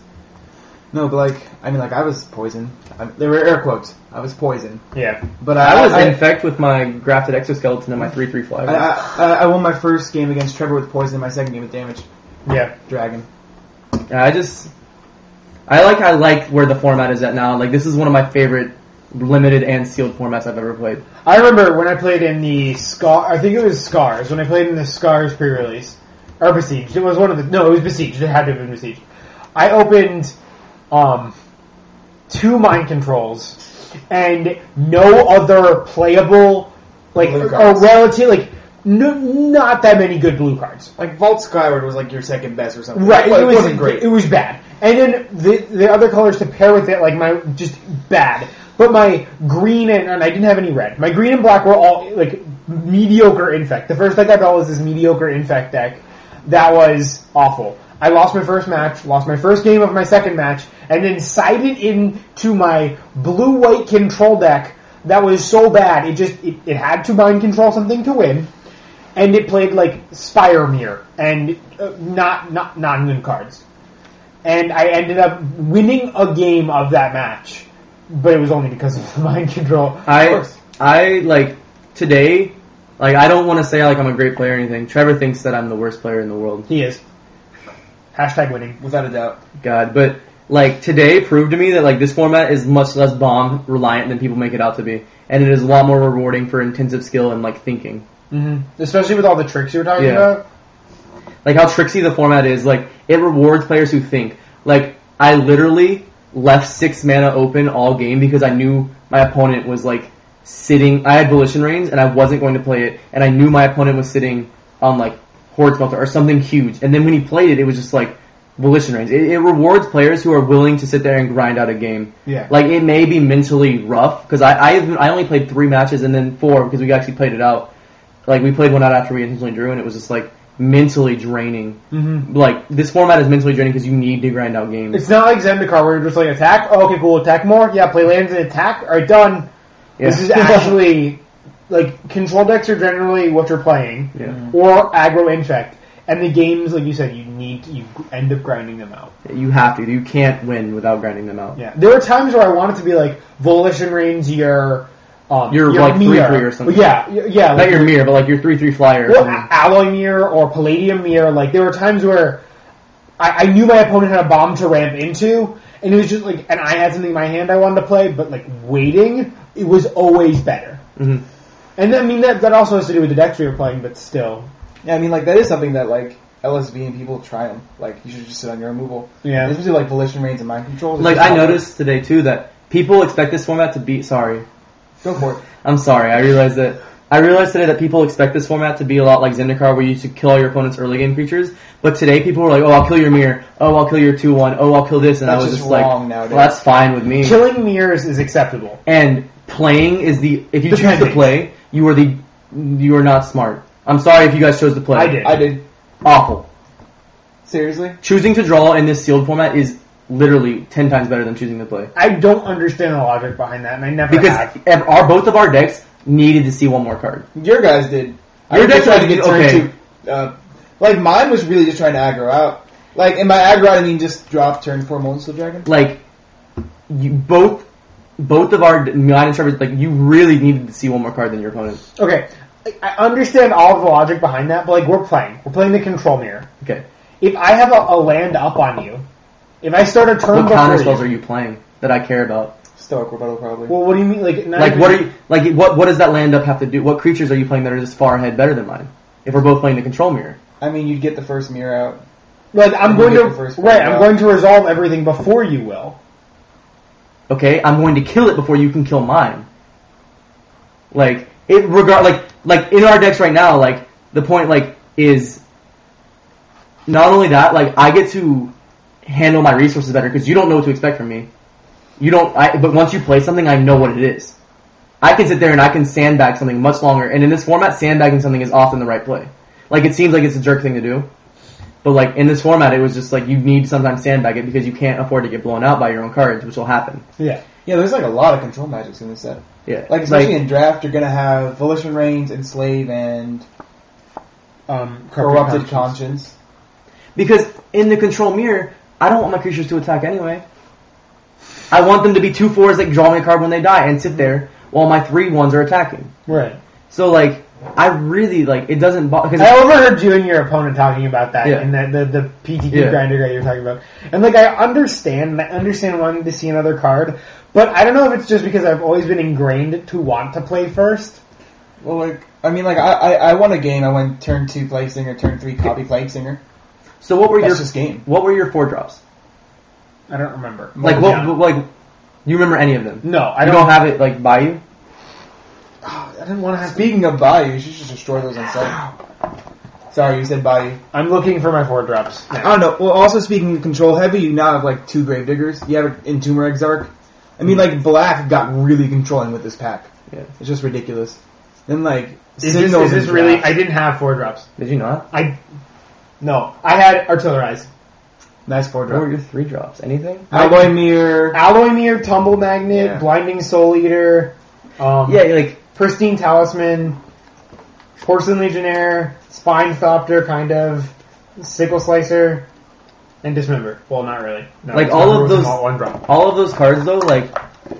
No, but like, I mean, like, I was poison. I, there were air quotes. I was poison,
Yeah.
but I,
I was
I,
infect with my grafted exoskeleton and my three three
I,
flyers.
I, I, I won my first game against Trevor with poison, and my second game with damage
Yeah.
dragon.
I, just I like I like where the format is at now. Like this is one of my favorite limited and sealed formats I've ever played.
I remember when I played in the Scar, I think it was Scars, when I played in the Scars pre-release, or Besieged, it was one of the, no, it was Besieged, it had to have been Besieged. I opened, um, two mind controls, and no other playable, like,
Blue
or,
cards.
relative, like, no, not that many good blue cards.
Like Vault Skyward was like your second best or something.
Right,
Well,
it, was,
not great.
It was bad. And then the the other colors to pair with it, like my just bad. But my green and, and I didn't have any red. My green and black were all like mediocre infect. The first deck I built was this mediocre infect deck that was awful. I lost my first match, lost my first game of my second match, and then sided into my blue white control deck that was so bad it just it, it had to mind control something to win and it played like Spire Mirror and uh, not not not good cards. And I ended up winning a game of that match, but it was only because of the mind control. Of
I
course.
I like today. Like I don't want to say like I'm a great player or anything. Trevor thinks that I'm the worst player in the world.
he is hashtag winning.
without a doubt.
God, but like today proved to me that like this format is much less bomb reliant than people make it out to be, and it is a lot more rewarding for intensive skill and like thinking.
Mm-hmm. Especially with all the tricks you were talking
Yeah.
about.
Like how tricksy the format is, like it rewards players who think. Like I literally left six mana open all game because I knew my opponent was like sitting. I had Volition Reigns and I wasn't going to play it, and I knew my opponent was sitting on like Horde Smelter or something huge. And then when he played it, it was just like Volition Reigns. It, it rewards players who are willing to sit there and grind out a game.
Yeah.
Like it may be mentally rough because I I, even, I only played three matches and then four because we actually played it out. Like we played one out after we intentionally drew, and it was just like mentally draining. Mm-hmm. Like this format is mentally draining because you need to grind out games.
It's not like Zendikar where you're just like attack. Oh, okay, cool. Attack more. Yeah, play lands and attack. All right, done. This
Yeah.
is actually like control decks are generally what you're playing,
Yeah.
or aggro infect. And the games, like you said, you need you end up grinding them out.
You have to. You can't win without grinding them out.
Yeah, there were times where I wanted to be like Volition Reigns, your um,
Your, like, three,
mirror.
three or something.
Yeah, y- yeah,
Not
like
your mirror, but like your three three flyer.
Well,
I mean,
a- Alloy Mirror or Palladium Mirror, like there were times where I, I knew my opponent had a bomb to ramp into, and it was just like, and I had something in my hand I wanted to play, but like waiting, it was always better.
Mhm.
And I mean that that also has to do with the decks we were playing, but still,
Yeah, I mean, like that is something that like LSV and people try on. Like you should just sit on your removal.
Yeah.
especially like volition reigns and mind control.
like I noticed today too that people expect this format to be. Sorry,
Go for it.
I'm sorry. I realized that. I realized today that people expect this format to be a lot like Zendikar, where you should kill all your opponent's early game creatures. But today, people were like, "Oh, I'll kill your mirror. Oh, I'll kill your two one. Oh, I'll kill this." And
That's
I was
just
just, like,
wrong nowadays.
"Well, that's fine with me."
killing mirrors is acceptable.
and playing is the if you choose
Depending.
to play, you are the you are not smart. I'm sorry if you guys chose to play.
I did.
I did
Awful.
seriously.
Choosing to draw in this sealed format is literally ten times better than choosing to play
I don't understand the logic behind that, and I never
because
have.
ev- our both of our decks needed to see one more card.
Your guys did.
Your
I just
guys
tried to
did,
get turned
okay.
to. Uh, like mine was really just trying to aggro out. Like, and by aggro out, I mean just drop turn four Molten Steel Dragon.
Like you, both both of our mine and Trevor's like you really needed to see one more card than your opponent.
Okay, I- I understand all of the logic behind that, but like we're playing, we're playing the control mirror.
Okay,
If I have a, a land up on you, if I start a turn
what
before
counter
you,
spells are you playing that I care about?
Stoic Rebuttal probably.
Well, what do you mean? Like, not
Like
even-
what are you like? What what does that land up have to do? What creatures are you playing that are just far ahead better than mine? If we're both playing the control mirror,
I mean, you'd get the first mirror out.
Like, I'm
You
going
get
to
the first
right.
one
I'm
out.
going to resolve everything before you will.
okay, I'm going to kill it before you can kill mine. Like it regard like like in our decks right now, like the point like is not only that like I get to handle my resources better because you don't know what to expect from me. You don't. I but once you play something, I know what it is. I can sit there and I can sandbag something much longer. And in this format, sandbagging something is often the right play. Like it seems like it's a jerk thing to do, but like in this format, it was just like you need to sometimes sandbag it because you can't afford to get blown out by your own cards, which will happen.
Yeah.
Yeah, there's like a lot of control magics in this set.
Yeah,
Like especially in draft, you're gonna have Volition Reigns, Enslave, and
Um,
Corrupted Conscience.
because in the control mirror, I don't want my creatures to attack anyway. I want them to be two fours that draw me a card when they die and sit there while my three ones are attacking.
Right.
So like, I really like it doesn't bother
I
because
overheard you and your opponent talking about that
Yeah.
and the the, the PTQ
Yeah.
grinder guy you're talking about. And like, I understand. and I understand wanting to see another card, but I don't know if it's just because I've always been ingrained to want to play first.
Well, like I mean, like I, I, I won a game. I went turn two Plague Singer, turn three copy Plague Singer.
so what were
That's
your
just game.
what were your four drops?
I don't remember.
Like what
Yeah.
like you remember any of them?
No, I
you
don't.
don't have it like by you.
Ah, I didn't want to have. Speaking of Bayou, you should just destroy those on sight. Sorry, you said Bayou.
I'm looking for my four drops. now.
I don't know. Well, also speaking of control heavy, you now have like two grave diggers. You have an Entomber Exarch. I mean, like Black got really controlling with this pack.
Yeah.
It's just ridiculous. Then like
Is this,
Signals
is this
and
really?
Draft.
I didn't have four drops.
Did you not?
I no. I had artillerize.
nice four
What were
drop.
your three drops? Anything?
Alloy Mirror.
Alloy Mirror, Tumble Magnet,
Yeah.
Blinding Soul Eater, um,
Yeah, like
Pristine Talisman, Porcelain Legionnaire, Spine Thopter, kind of, Sickle Slicer, and Dismember. Well, not really. No,
Like,
Dismember
all of
was in
those-
all one drop.
all of those cards though, like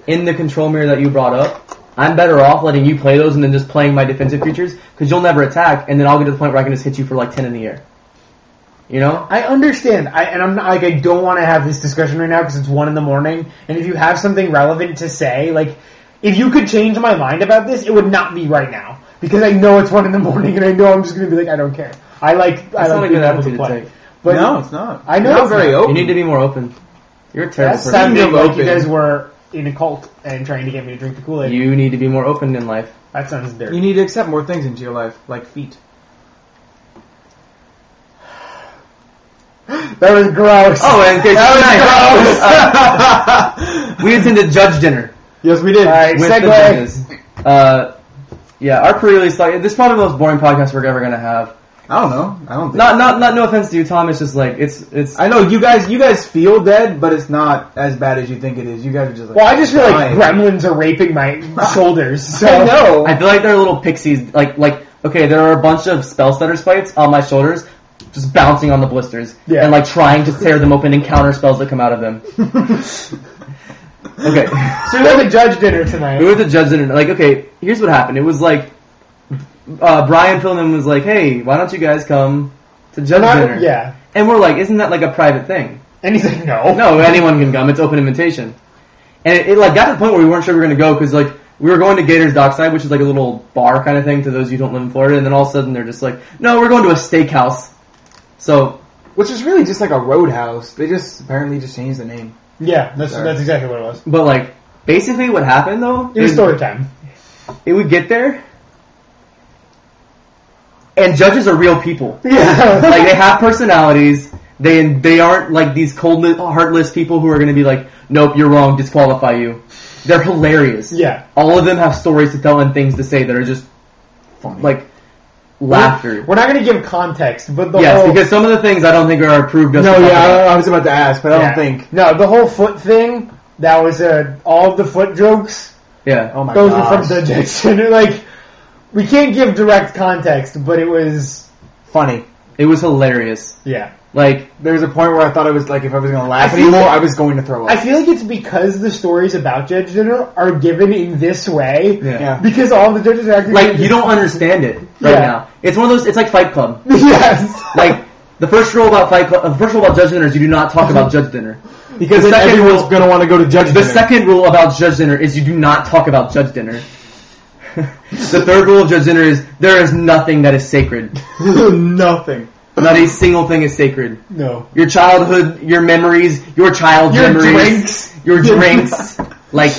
in the control mirror that you brought up, I'm better off letting you play those and then just playing my defensive creatures because you'll never attack, and then I'll get to the point where I can just hit you for like ten in the air. You know?
I understand, I, and I'm not, like I don't want to have this discussion right now because it's one in the morning. And if you have something relevant to say, like if you could change my mind about this, it would not be right now because I know it's one in the morning, and I know I'm just going to be like, I don't care. I like I
That's
like
not a
being
good
able to
attitude to
play.
take.
But
no, it's not.
I know
Not
it's
Oh.
very
not.
open.
You need to be more open. You're a
That
terrible person.
sounded
Being
like you
open.
guys were in a cult and trying to get me to drink the Kool Aid.
You need to be more open in life.
That sounds dirty.
You need to accept more things into your life, like feet.
that was gross.
Oh, and okay,
that was gross.
we attended judge dinner
Yes, we did.
All right,
with the
segue.
judges. Uh, yeah, our pre-release like this is probably the most boring podcast we're ever gonna have.
I don't know. I don't. Think
Not, not, not. No offense to you, Tom. It's just like it's, it's.
I know you guys. You guys feel dead, but it's not as bad as you think it is. You guys are just like.
Well, I just feel like
dying.
gremlins are raping my shoulders. So
I know.
I feel like they're little pixies. Like, like okay, there are a bunch of spell stutters plates on my shoulders, just bouncing on the blisters,
Yeah.
and like trying to tear them open and counter spells that come out of them. Okay,
So we have a judge dinner tonight.
we were at the judge dinner. Like, okay, here's what happened. It was like uh, Brian Pillman was like, "Hey, why don't you guys come to judge
Not-
dinner?"
yeah.
and we're like, "Isn't that like a private thing?"
And he's like, no.
No, anyone can come. It's open invitation. And it, it like got to the point where we weren't sure we were gonna go because like we were going to Gators Dockside, which is like a little bar kind of thing to those who don't live in Florida, and then all of a sudden they're just like, no, we're going to a steakhouse. So
Which is really just like a roadhouse. They just apparently just changed the name.
Yeah, that's,
Sorry.
that's exactly what it was.
but like basically what happened though
It was
is
story time.
it would get there and judges are real people.
Yeah.
like they have personalities. They they aren't like these cold heartless people who are gonna be like, nope, you're wrong, disqualify you. They're hilarious.
yeah.
all of them have stories to tell and things to say that are just
Funny.
like laughter.
We're not going to give context, but the
yes,
whole...
because some of the things I don't think are approved. Just
no,
because-
yeah, I, I was about to ask, but I
Yeah.
don't think.
No, the whole foot thing, that was uh, all of the foot jokes,
yeah.
Oh my
those
gosh.
were from the Jackson. like, we can't give direct context, but it was...
Funny.
It was hilarious.
Yeah.
Like
There was a point where I thought it was like if I was going to laugh
I feel
anymore,
like-
I was going to throw up.
I feel like it's because the stories about Judge Dinner are given in this way.
Yeah.
Yeah.
Because all the judges are acting
like you don't understand it right
Yeah.
now. It's one of those. It's like Fight Club.
yes.
Like the first rule about Fight Club, uh, the first rule about Judge Dinner is you do not talk about Judge Dinner.
because
the
then
second
everyone's
rule-
going to want to go to judge.
The second rule about Judge Dinner is you do not talk about Judge Dinner. the third rule of Judge Dinner is there is nothing that is sacred.
nothing.
Not a single thing is sacred.
No.
your childhood, your memories, your child
Your
memories,
drinks.
your drinks. like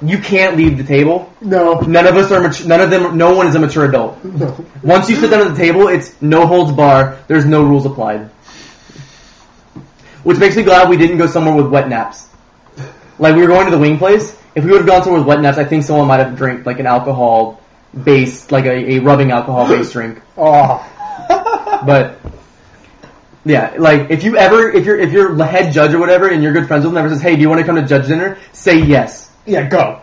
you can't leave the table.
No.
None of us are mature. None of them. No one is a mature adult.
No.
Once you sit down at the table, it's no holds bar. There's no rules applied. Which makes me glad we didn't go somewhere with wet naps. Like we were going to the wing place. If we would have gone somewhere with wet naps, I think someone might have drank like an alcohol based, like a, a rubbing alcohol based drink
Oh.
but yeah, like if you ever if you're if your head judge or whatever and you're good friends with them ever says, "Hey, do you want to come to judge dinner?" Say yes.
Yeah, go.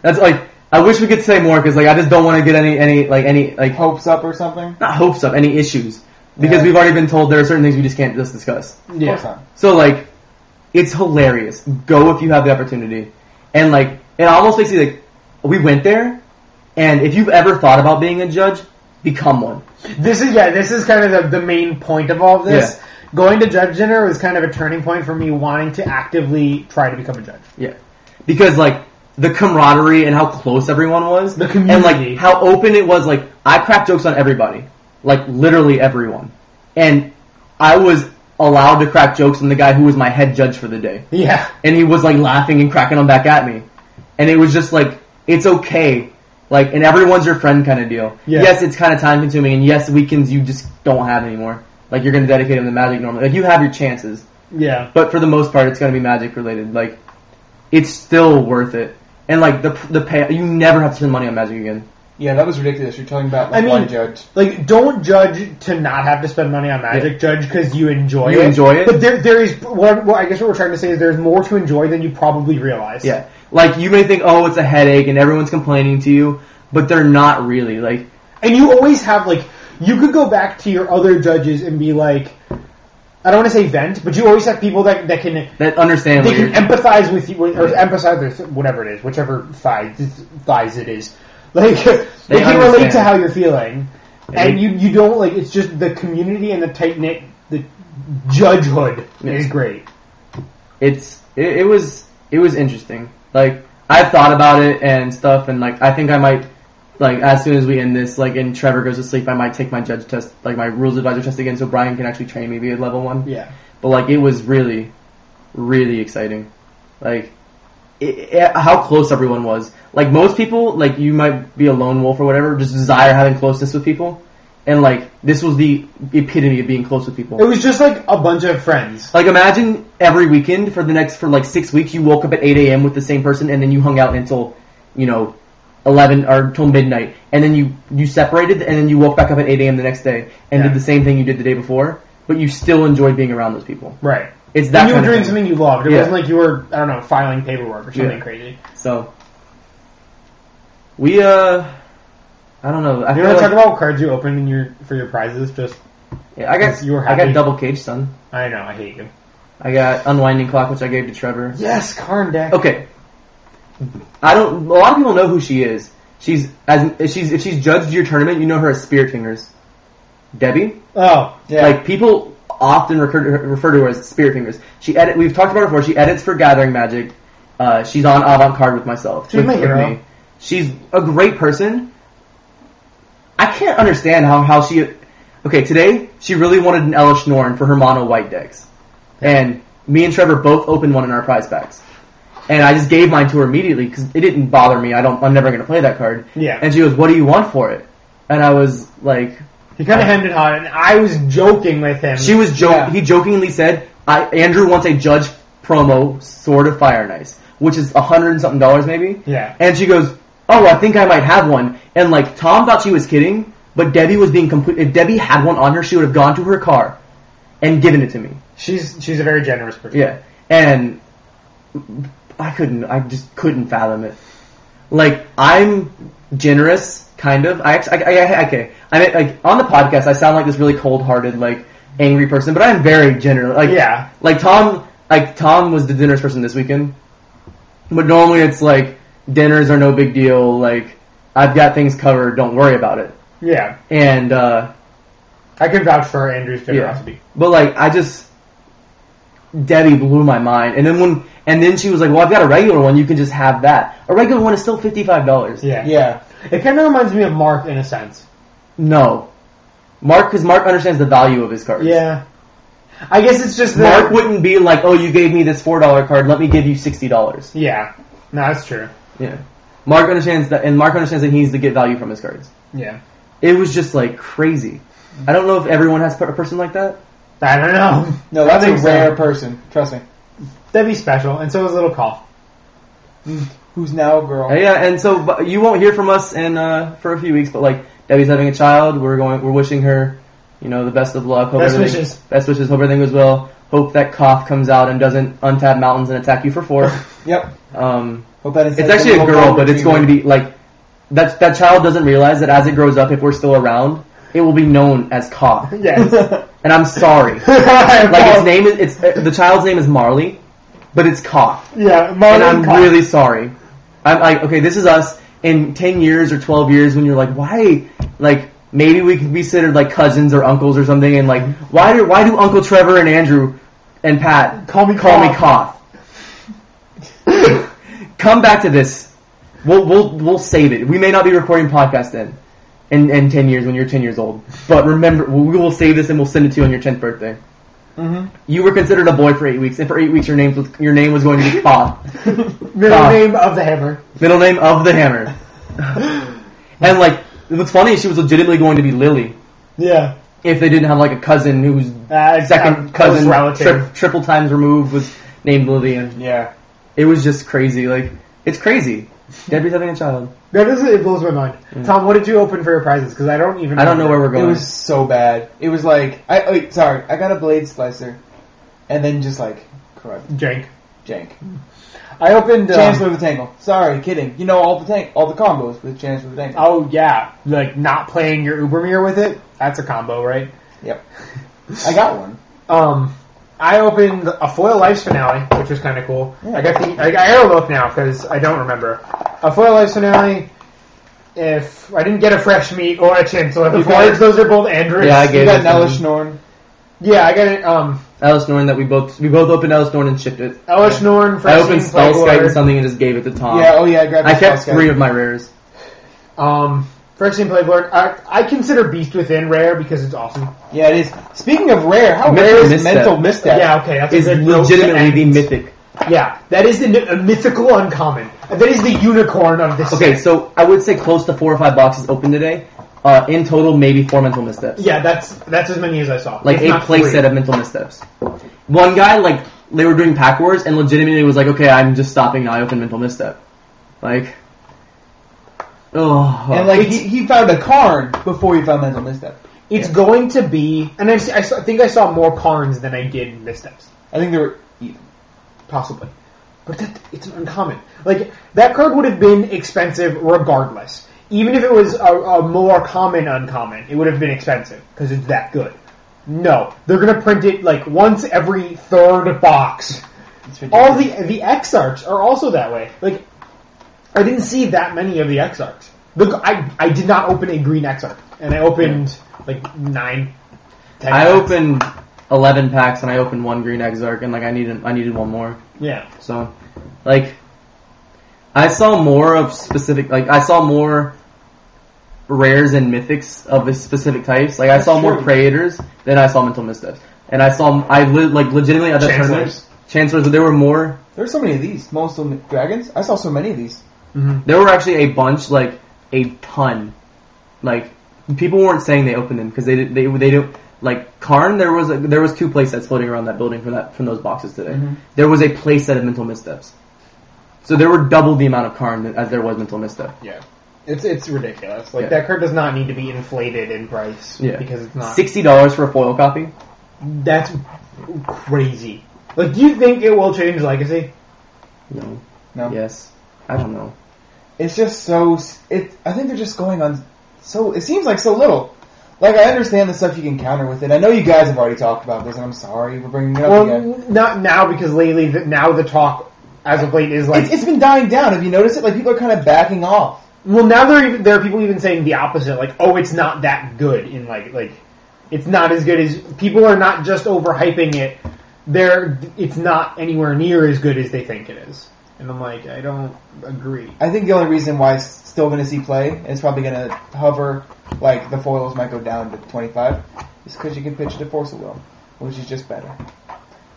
That's like I wish we could say more because like I just don't want to get any any like any like
Hopes up or something?
not hopes up any issues because
Yeah.
we've already been told there are certain things we just can't just discuss.
Of course
Yeah.
not.
So like, it's hilarious. Go if you have the opportunity, and like it almost makes you like we went there, and if you've ever thought about being a judge, become one.
This is yeah, this is kind of the, the main point of all of this.
Yeah.
Going to judge dinner was kind of a turning point for me wanting to actively try to become a judge.
Yeah, because like the camaraderie and how close everyone was,
The
and
community.
like how open it was. Like I cracked jokes on everybody, like literally everyone, and I was allowed to crack jokes on the guy who was my head judge for the day,
Yeah.
and he was like laughing and cracking them back at me, and it was just like it's okay. Like and everyone's your friend kind of deal.
Yeah.
Yes, it's kind of time consuming, and yes, weekends you just don't have anymore. Like you're gonna dedicate them to magic normally. Like you have your chances,
Yeah.
but for the most part, it's gonna be magic related. Like, it's still worth it. And like the the pay, you never have to spend money on magic again.
Yeah, that was ridiculous. You're talking
I
about like,
mean-
one judge.
Like, don't judge to not have to spend money on magic. Judge because you enjoy
You
it.
enjoy it?
But there, there is what well, I guess what we're trying to say is there's more to enjoy than you probably realize.
Yeah, like you may think, oh, it's a headache, and everyone's complaining to you, but they're not really. Like,
And you always have like you could go back to your other judges and be like, I don't want to say vent, but you always have people that that can
that understand.
they
what
can
you're-
empathize with you or empathize with whatever it is, whichever thighs thighs it is. Like they, can relate
understand.
to how you're feeling,
And
and you you don't like it's just the community and the tight knit the judgehood is great.
it's it, it was it was interesting. Like I thought about it and stuff, and like I think I might like as soon as we end this, like and Trevor goes to sleep, I might take my judge test, like my rules advisor test again, so Brian can actually train me be at level one.
Yeah,
But like it was really really exciting. Like, it, it, how close everyone was. Like, most people, like, you might be a lone wolf or whatever, just desire having closeness with people. And, like, this was the epitome of being close with people.
It was just like a bunch of friends.
Like imagine every weekend for the next for like six weeks you woke up at eight AM with the same person and then you hung out until, you know, eleven or till midnight. And then you you separated and then you woke back up at eight AM the next day and
Yeah.
did the same thing you did the day before, but you still enjoyed being around those people.
Right.
It's that
And you were
kind of
doing
thing.
something you loved. It
Yeah.
wasn't like you were, I don't know, filing paperwork or something
Yeah.
crazy.
So we uh I don't know. I
You
feel
want to
like,
talk about what cards you opened in your for your prizes? Just
yeah, I got
you were
I got
happy?
double cage son.
I know I hate you.
I got unwinding clock which I gave to Trevor.
Yes, Karn deck.
Okay. I don't. A lot of people know who she is. She's as if she's if she's judged your tournament, you know her as Spirit Fingers, Debbie.
Oh,
Yeah.
Like people often refer to, her, refer to her as Spirit Fingers. She edit. We've talked about her before. She edits for Gathering Magic. Uh, she's on Avant Card with myself.
She's
with-
my
with
hero.
She's a great person. I can't understand how how she. Okay, today she really wanted an Elish Norn for her mono white decks, and me and Trevor both opened one in our prize packs and I just gave mine to her immediately because it didn't bother me. I don't. I'm never gonna play that card.
Yeah.
And she goes, "What do you want for it?" And I was like,
he kind of hemmed and hawed, and I was joking with him.
"She was joking."
Yeah.
He jokingly said, "I Andrew wants a judge promo sword of fire and ice, which is a hundred and something dollars maybe."
Yeah.
And she goes, "Oh, I think I might have one." And like Tom thought she was kidding, but Debbie was being complete. If Debbie had one on her, she would have gone to her car and given it to me.
she's she's a very generous person.
Yeah, and I couldn't. I just couldn't fathom it. Like I'm generous, kind of. I, act- I, I, I okay. I mean, like on the podcast, I sound like this really cold-hearted, like angry person, but I'm very generous. Like
Yeah.
like Tom, like Tom was the generous person this weekend, but normally it's like dinners are no big deal. Like I've got things covered. Don't worry about it.
Yeah.
And uh,
I can vouch for Andrew's generosity.
but like I just Debbie blew my mind. And then when and then she was like, "Well, I've got a regular one. You can just have that. A regular one is still fifty five dollars."
Yeah.
yeah.
It kind of reminds me of Mark in a sense.
No, Mark because Mark understands the value of his cards.
Yeah. I guess it's just that.
Mark wouldn't be like, "Oh, you gave me this four dollar card. Let me give you sixty dollars."
Yeah. No, that's true.
Yeah. Mark understands that, and Mark understands that he needs to get value from his cards.
Yeah.
It was just like crazy. I don't know if everyone has a person like that.
I don't know.
No, that's
I
a
think so.
rare person. Trust me.
That'd be special. And so was Little Call.
Who's now a girl?
Uh, yeah, and so but you won't hear from us in uh, for a few weeks, but like Debbie's having a child. We're going. We're wishing her, you know, the best of luck. Hope
Best
everything-
wishes.
Best wishes. Hope everything goes well. Hope that cough comes out and doesn't untab mountains and attack you for four.
Yep.
Um,
Hope that
it's actually a girl, but it's going to be like that. That child doesn't realize that as it grows up, if we're still around, it will be known as cough.
Yes.
And I'm sorry. like its name is it's uh, the child's name is Marley, but it's cough
Yeah,
and
Marley
I'm
Cough.
really sorry. I'm like, okay, this is us in ten years or twelve years when you're like, why? Like, maybe we can be considered like cousins or uncles or something, and like, why do why do Uncle Trevor and Andrew and Pat
Call me
call me
Cough.
cough? Come back to this. We'll we'll we'll save it. We may not be recording podcast then. In, in ten years, when you're ten years old, but remember, we will save this and we'll send it to you on your tenth birthday.
Mm-hmm.
You were considered a boy for eight weeks, and for eight weeks, your name was your name was going to be Cough
Middle
Cough.
name of the hammer.
middle name of the hammer. and like, what's funny is she was legitimately going to be Lily
Yeah.
if they didn't have like a cousin whose
Uh,
second
um, close
cousin
relative.
tri- triple times removed was named Lily, and
Yeah.
it was just crazy. Like, it's crazy. Debbie's having a child.
That is, it blows my mind. Tom, what did you open for your prizes? Because I don't even.
Mm. I don't know where we're
It
going.
was so bad. It was like I wait, sorry, I got a blade slicer, and then just like crud,
Jank.
jank.
I opened.
Chance
Um,
with a tangle. Sorry, kidding. You know all the tank, all the combos with chance with a tangle.
oh yeah, like not playing your Ubermere with it. That's a combo, right?
Yep. I got one.
Um, I opened a foil lives finale, which was kind of cool.
Yeah.
I got the I, I airlook now because I don't remember a foil lives finale. If I didn't get a fresh meat or a chancellor, the
You got
cards
it.
those are both Andrews.
Yeah, I
You
gave
got
it. to
Nella
him.
Schnorn.
Yeah, I got it. Um,
Alice Norn that we both we both opened Alice Norn and shipped it.
Elish Norn for
I opened Spell
Spellskite
Uh, Skite and something and just gave it to Tom.
Yeah. Oh yeah, I grabbed.
I
the
kept
Skullscape.
three of my rares.
Um, First team playboard. I, I consider Beast Within rare because it's awesome.
Yeah, it is. Speaking of rare, how
Mental
rare is
misstep.
mental misstep?
Yeah, okay, that's a
Is
good note to
legitimately
end.
the mythic.
Yeah, that is the n- a mythical uncommon. That is the unicorn of this.
Okay,
set.
so I would say close to four or five boxes open today. Uh, in total, maybe four mental missteps.
yeah, that's that's as many as I saw.
Like
If
a
not
play
three.
set of mental missteps. One guy, like, they were doing pack wars and legitimately was like, okay, I'm just stopping now. I open mental misstep. Like, oh.
And like he, he found a Karn before he found mental misstep.
It's
Yeah.
going to be, and I've, se- I, saw, I think I saw more Karns than I did missteps,
I think there were even.
possibly. But that, it's an uncommon. Like that card would have been expensive regardless. Even if it was a, a more common uncommon, it would have been expensive because it's that good. No, they're gonna print it like once every third box.
It's ridiculous.
All the the Exarchs are also that way. Like, I didn't see that many of the Exarchs. Look, I I did not open a green Exarch, and I opened like nine. 10
I
packs.
opened 11 packs and I opened one green Exarch and like I needed, I needed one more.
Yeah,
So, like, I saw more of specific, like, I saw more rares and mythics of the specific types. Like, I saw more
true.
creators than I saw mental missteps. And I saw, I li- like, legitimately at the
Chancellors.
tournament, chancellors, there were more,
There's so many of these. Most of them dragons. I saw so many of these.
there were actually a bunch, like, a ton. Like, people weren't saying they opened them because they, did- they, they don't, like, Karn, there was, a, there was two playsets floating around that building from that, from those boxes today.
Mm-hmm.
Mhm.
There was a playset of mental missteps. So there were double the amount of Karn as there was mental misstep.
yeah. It's it's ridiculous. Like
Yeah.
that card does not need to be inflated in price.
Yeah.
because it's not.
Sixty dollars for a foil copy?
That's crazy. Like, do you think it will change Legacy?
No.
No,
Yes. I don't know.
it's just so. s- It. I think they're just going on. So it seems like so little. Like I understand the stuff you can counter with it. I know you guys have already talked about this, and I'm sorry for bringing it up
Well,
again.
n- not now because lately, the, now the talk as of late is like
It's, it's been dying down. Have you noticed it? Like people are kind of backing off.
Well, now there are even, there are people even saying the opposite, like, oh, it's not that good in like like it's not as good as people are not just overhyping it. They're it's not anywhere near as good as they think it is. And I'm like, I don't agree.
I think the only reason why it's still going to see play and it's probably going to hover, like the foils might go down to 25, is because you can pitch it to Force of Will, which is just better.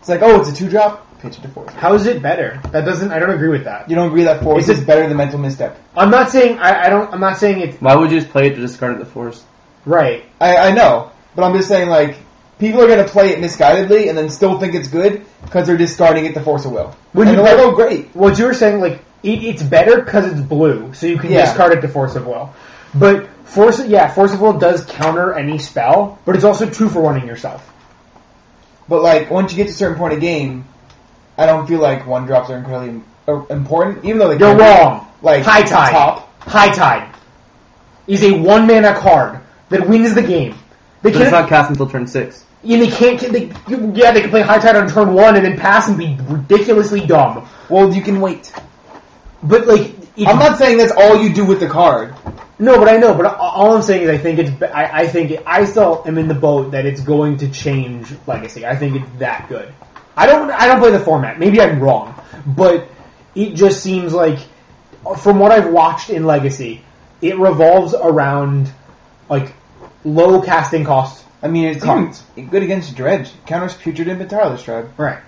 It's like, oh, it's a two drop, pitch it to Force. of Will.
How is it better? That doesn't. I don't agree with that.
You don't agree that Force
It's
is
a-
better than Mental Misstep?
I'm not saying I, I don't. I'm not saying it's
Why would you just play it to discard the force?
right.
I, I know, but I'm just saying, like, people are going to play it misguidedly and then still think it's good because they're discarding it to Force of Will.
When
and
you
they're like,
play-
oh, great.
What you were saying, like it, it's better because it's blue, so you can
Yeah.
discard it to force of will. But force, yeah, force of will does counter any spell, but it's also two for oneing yourself.
But, like, once you get to a certain point of game, I don't feel like one drops are incredibly uh, important, even though they
You're
can be.
wrong.
Like,
High Tide.
top.
High Tide is a one mana card that wins the game. They
But it's
can't.
not cast until turn six.
and they can't. They, yeah, they can play High Tide on turn one and then pass and be ridiculously dumb.
Well, you can wait.
But like, it's,
I'm not saying that's all you do with the card.
No, but I know. But a- all I'm saying is, I think it's. be- I, I think it, I still am in the boat that it's going to change Legacy. I think it's that good. I don't. I don't play the format. Maybe I'm wrong, but it just seems like, from what I've watched in Legacy, it revolves around like low casting cost.
I mean, it's
Cards.
even good against Dredge. Counters Putrid and Batarla's Tribe.
Right.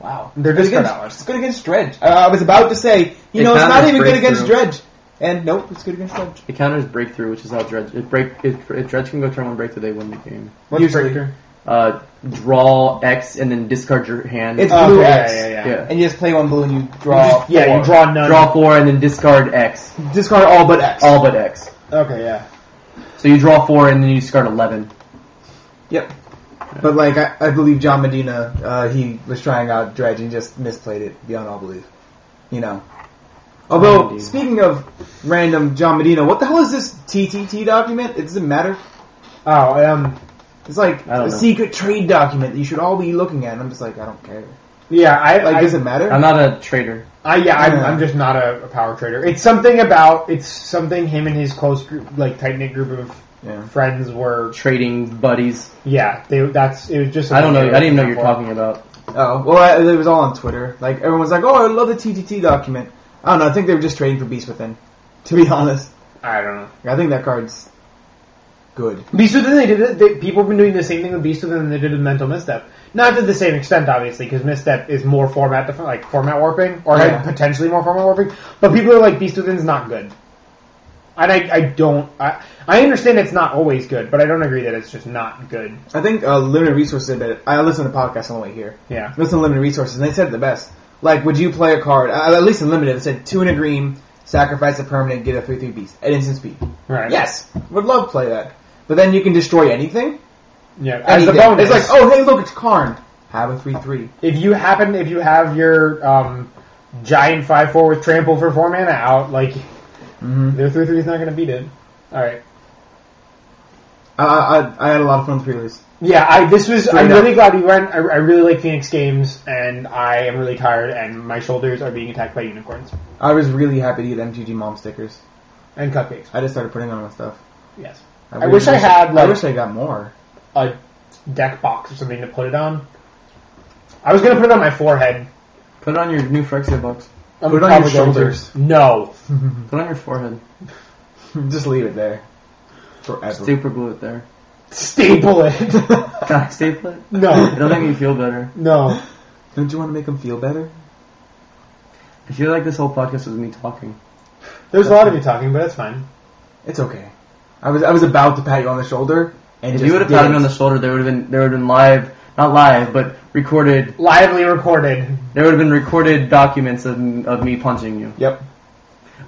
Wow.
They're
good
discard
against,
hours.
It's good against Dredge. I, I was about to say, you
It
know, it's not
counters
even good against
Breakthrough.
Dredge. And nope, it's good against Dredge.
It counters breakthrough, which is how dredge it break if, if dredge can go turn one breakthrough, they win the game.
What's
Usually.
Breakthrough?
Uh, draw X and then discard your hand.
It's
Oh,
blue
yeah,
X.
yeah, yeah,
yeah.
And you just play one blue and you
You
draw.
just- yeah, you
four.
draw none.
Draw four and then discard X.
Discard all but X.
All but X.
Okay, yeah.
So you draw four and then you discard eleven.
Yep. But like, I, I believe John Medina, uh, he was trying out Dredge and just misplayed it beyond all belief. You know. Although,
Medina.
speaking of random John Medina, what the hell is this TTT document? It doesn't matter.
Oh, um,
It's like
I
a
don't know.
secret trade document that you should all be looking at. And I'm just like, I don't care.
yeah. I
Like,
I,
does it matter?
I'm not a trader.
I yeah, I'm,
Yeah.
I'm just not a, a power trader. It's something about it's something him and his close group, like tight knit group of
yeah.
friends were.
Trading buddies.
Yeah, they that's it was just.
I don't know.
something they
I didn't
were
know you're
for.
talking about.
Oh well, I, it was all on Twitter. Like everyone was like, "Oh, I love the TTT document." I don't know. I think they were just trading for Beast Within, to be honest.
I don't know.
I think that card's good.
Beast Within, they did it. They, people have been doing the same thing with Beast Within they did with Mental Misstep. Not to the same extent, obviously, because Misstep is more format different, like format warping, or
Yeah.
like, potentially more format warping. But people are like, Beast Within's not good. And I, I don't, I, I understand it's not always good, but I don't agree that it's just not good.
I think uh, limited resources. did it. I listened to podcasts on the way here.
Yeah.
Listen to limited resources, and they said the best. Like, would you play a card? Uh, at least in limited, it said two in a green, sacrifice a permanent, get a three three beast at instant speed.
Right.
Yes, would love to play that. But then you can destroy anything.
Yeah. As a
Anything.
bonus.
it's like, oh hey, look, it's Karn. Have a three three.
if you happen, if you have your um, giant five four with trample for four mana out, like their three three is not going to beat it. All right.
I, I I had a lot of fun with three list.
Yeah, I this was.
Straight
I'm
up.
really glad we went. I, I really like Phoenix Games, and I am really tired, and my shoulders are being attacked by unicorns
I was really happy to get MTG mom stickers.
and cupcakes.
I just started putting on my stuff.
Yes,
I,
I wish I had, like-
I wish I got more.
a deck box or something to put it on. I was going to put it on my forehead.
Put it on your new Phyrexia box.
I'm
Put it on your
probably going to.
shoulders.
No,
Put it on your forehead.
Just leave it there forever.
Super glue it there.
staple it.
Can I staple it?
no,
It'll make me feel better.
no.
Don't you want to make them feel better?
I feel like this whole podcast was me talking.
There's a lot of you talking, but that's fine.
It's okay. I was I was about to pat you on the shoulder, and
If
just
you would have patted me
didn't.
on the shoulder, there would have been there would have been live, not live, but recorded.
Lively recorded.
There would have been recorded documents of, of me punching you.
Yep.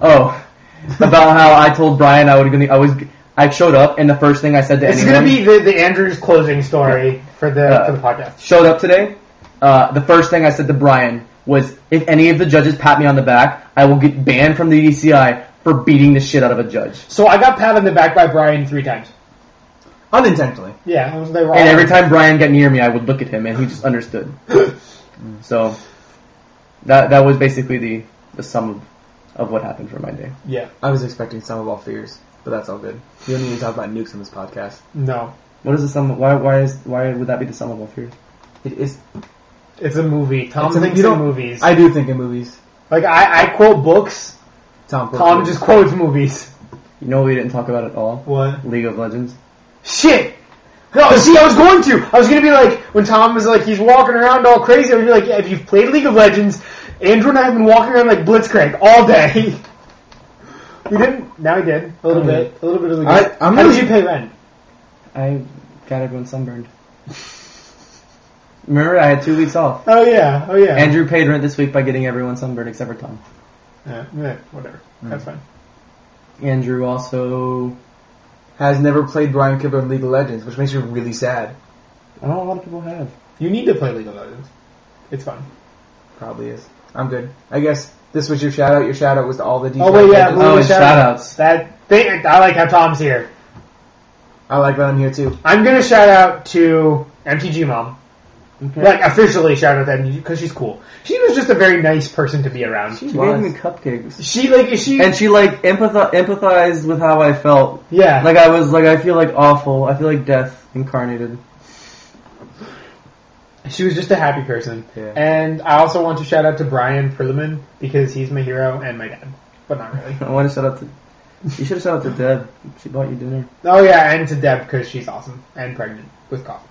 Oh, about how I told Brian I would gonna I was I showed up and the first thing I said to
It's
anyone
going to be the, the Andrew's closing story for the
Uh,
for the podcast.
showed up today. Uh, the first thing I said to Brian was, if any of the judges pat me on the back, I will get banned from the ECI for beating the shit out of a judge.
So I got pat on the back by Brian three times.
Unintentionally.
Yeah, I was- they were all-
And every time Brian got near me, I would look at him, and he just understood. so that that was basically the the sum of, of what happened for my day.
Yeah,
I was expecting some of all fears, but that's all good. You don't need to talk about nukes on this podcast.
no,
What is the sum? Of, why why is why would that be the sum of all fears?
It is.
it's a movie. Tom
It's a-
thinks
you
in
don't-
movies.
I do think in movies.
like I, I quote books.
Tom.
Tom
Cruise.
just quotes movies.
You know what we didn't talk about at all?
What?
League of Legends.
Shit. No, see, I was going to. I was going to be like when Tom was like he's walking around all crazy. I was like, yeah, if you've played League of Legends, Andrew and I have been walking around like Blitzcrank all day. We didn't. Now we did a little
Okay.
bit. A little bit of the game.
I- I'm
How did
really-
you pay rent?
I got everyone sunburned. Remember, I had two weeks off.
Oh yeah. Oh yeah.
Andrew paid rent this week by getting everyone sunburned except for Tom.
Yeah, yeah, whatever. That's fine.
Andrew also.
has never played Brian Kibler in League of Legends, which makes me really sad.
I don't know a lot of people have.
You need to play League of Legends. It's fun.
Probably is. I'm good. I guess this was your shout out. Your shout out was to all the.
Oh, wait, yeah,
DK
well-
Oh, and
shout
shout outs.
That thing, I like how Tom's here.
I like that I'm here too.
I'm gonna shout out to MTG Mom. Like officially shout out to MTG because she's cool. She was just a very nice person to be around.
She
She,
gave
was.
me cupcakes.
like is she
and she like empathi- empathized with how I felt.
yeah
Like I was like I feel like awful. I feel like death incarnated.
she was just a happy person.
Yeah.
And I also want to shout out to Brian Perliman because he's my hero and my dad, but not really.
I want to shout out to. You should have shout out to Deb. She bought you dinner.
oh yeah, and to Deb because she's awesome and pregnant with cough.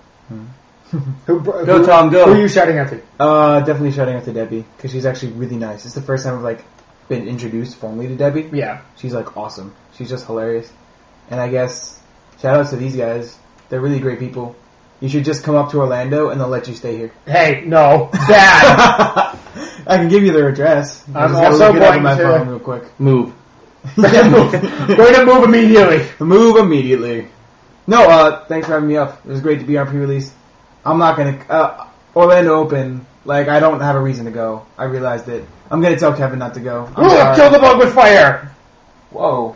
who, br-
Go,
who-
Tom, go.
Who are you shouting out to?
Uh, definitely shouting out to Debbie because she's actually really nice. It's the first time I've like been introduced formally to Debbie.
Yeah.
She's like awesome. She's just hilarious. And I guess shout outs to these guys. They're really great people. You should just come up to Orlando and they'll let you stay here.
Hey, no, Dad.
I can give you their address. I
I'm
just gotta
also
look it up
going
on my
to-
phone real quick.
Move.
Going to move immediately.
Move immediately. No, uh, thanks for having me up. It was great to be on pre-release. I'm not gonna uh, Orlando Open. Like I don't have a reason to go. I realized it. I'm gonna tell Kevin not to go. I'm sorry.
kill the bug with fire.
Whoa.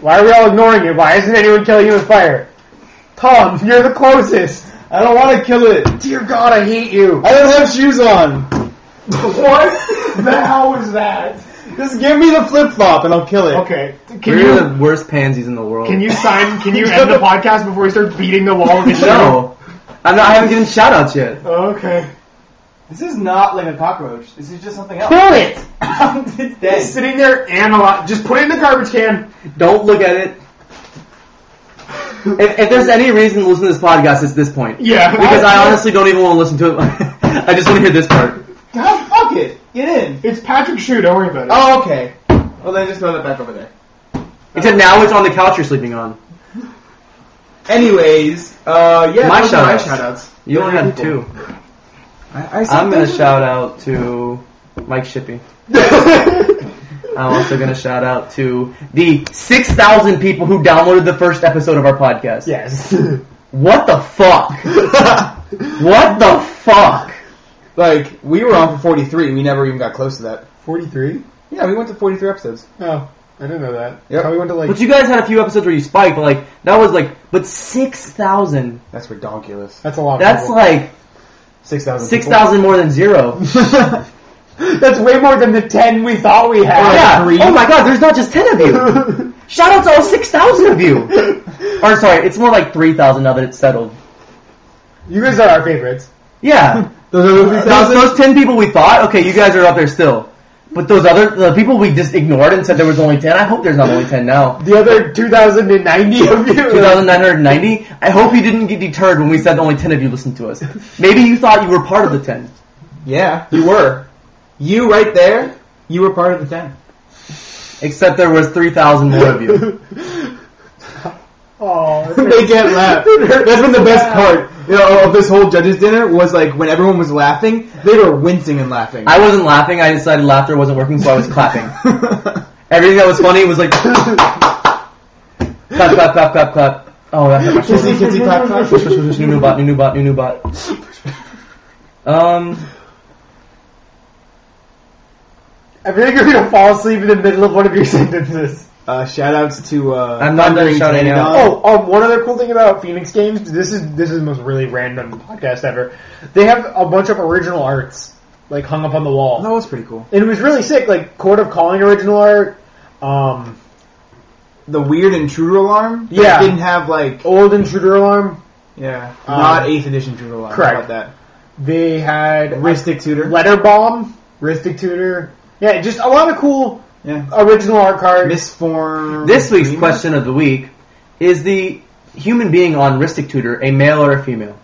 Why are we all ignoring you? Why isn't anyone killing you with fire? Tom, you're the closest.
I don't want to kill it.
Dear God, I hate you.
I don't have shoes on.
What the hell was that?
Just give me the flip flop and I'll kill it.
Okay, can
We're
you
the worst pansies in the world.
can you sign? Can you end the podcast before we start beating the wall? With the
No, I'm not. I haven't given shout outs yet.
Okay.
This is not like a cockroach. This is just something else.
Kill it!
it's
Just
dead.
sitting there analyze. Just put it in the garbage can.
Don't look at it. If, if there's any reason to listen to this podcast, it's this point.
Yeah.
Because I honestly don't even want to listen to it. I just want to hear this part.
God, fuck it. Get in.
It's Patrick Shue. Don't worry about it.
Oh, okay. Well, then just throw that back over there.
Except now it's on the couch you're sleeping on.
Anyways, uh, yeah,
My
those are my
shout-outs.
shoutouts.
You only had two.
I, I said
I'm gonna
those-
shout out to Mike Shippey. I'm also gonna shout out to the 6,000 people who downloaded the first episode of our podcast.
Yes.
What the fuck? what the fuck?
Like we were on for 43. We never even got close to that.
Forty-three.
Yeah, we went to 43 episodes.
Oh, I didn't know that.
Yep.
Probably went to like.
But you guys had a few episodes where you spiked, but like, that was like, but 6,000?
That's ridiculous.
that's a lot. Of
That's
people.
like
Six thousand.
6,000 more than zero.
that's way more than the ten we thought we had.
yeah. Oh my god, there's not just 10 of you. Shout out to all 6,000 of you. or sorry, it's more like 3,000 now that it's settled.
You guys are our favorites.
Yeah.
Those are the
those, those 10 people we thought, okay, you guys are up there still. But those other, the people we just ignored and said there was only 10, I hope there's not only 10 now.
The other two thousand and ninety of you.
2,990? I hope you didn't get deterred when we said only 10 of you listened to us. Maybe you thought you were part of the 10.
Yeah, you were. You right there. You were part of the ten.
Except there was 3,000 more of you.
Oh,
they can't laugh. That's been the best part you know, of this whole judges dinner was like when everyone was laughing, they were wincing and laughing.
I wasn't laughing, I decided laughter wasn't working, so I was clapping. Everything that was funny was like, clap, clap, clap, clap, clap. Oh, that's not my shoulder.
Kissy, kissy, clap, clap.
Push, push, push, push, new, new bot, new, new bot, new, new bot. Um,
I feel like you're gonna fall asleep in the middle of one of your sentences.
Uh, shout outs to uh,
I'm not
Thundering
shouting
Tandon.
out.
Oh, um, one other cool thing about Phoenix Games. This is this is the most really random podcast ever. They have a bunch of original arts like hung up on the wall.
Oh, that was pretty cool.
And it was really sick. Like Court of Calling original art, um,
The weird intruder alarm. that
Yeah.
didn't have like
Old Intruder Alarm.
yeah,
Um,
not eighth edition intruder alarm.
correct.
How about
They had
that Ristic Tutor.
Letter Bomb, Ristic Tutor. Yeah, just a lot of cool
yeah,
original art cards.
misform.
this week's
Dreamer?
question of the week is the human being on Ristic Tutor a male or a female?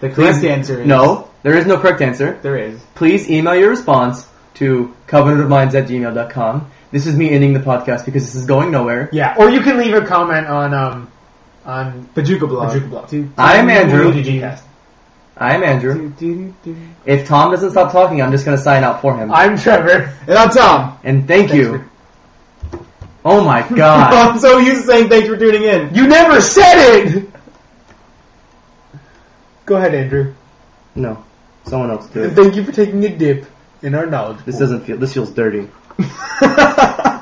The correct answer is
No, there is no correct answer.
There is.
Please email your response to covenantofminds at gmail.com. This is me ending the podcast because this is going nowhere.
yeah, or you can leave a comment on um on
Pajuka blog.
Pajuka blog.
Do-
I'm Andrew.
DDGcast.
I'm Andrew.
do- do- do- do.
If Tom doesn't stop talking, I'm just going to sign out for him.
I'm Trevor.
And I'm Tom.
And thank you. Oh my god.
I'm so used to saying thanks for tuning in.
You never said it. Go ahead, Andrew.
No, someone else do
And
it.
thank you for taking a dip in our knowledge.
This
pool.
doesn't feel. This feels dirty.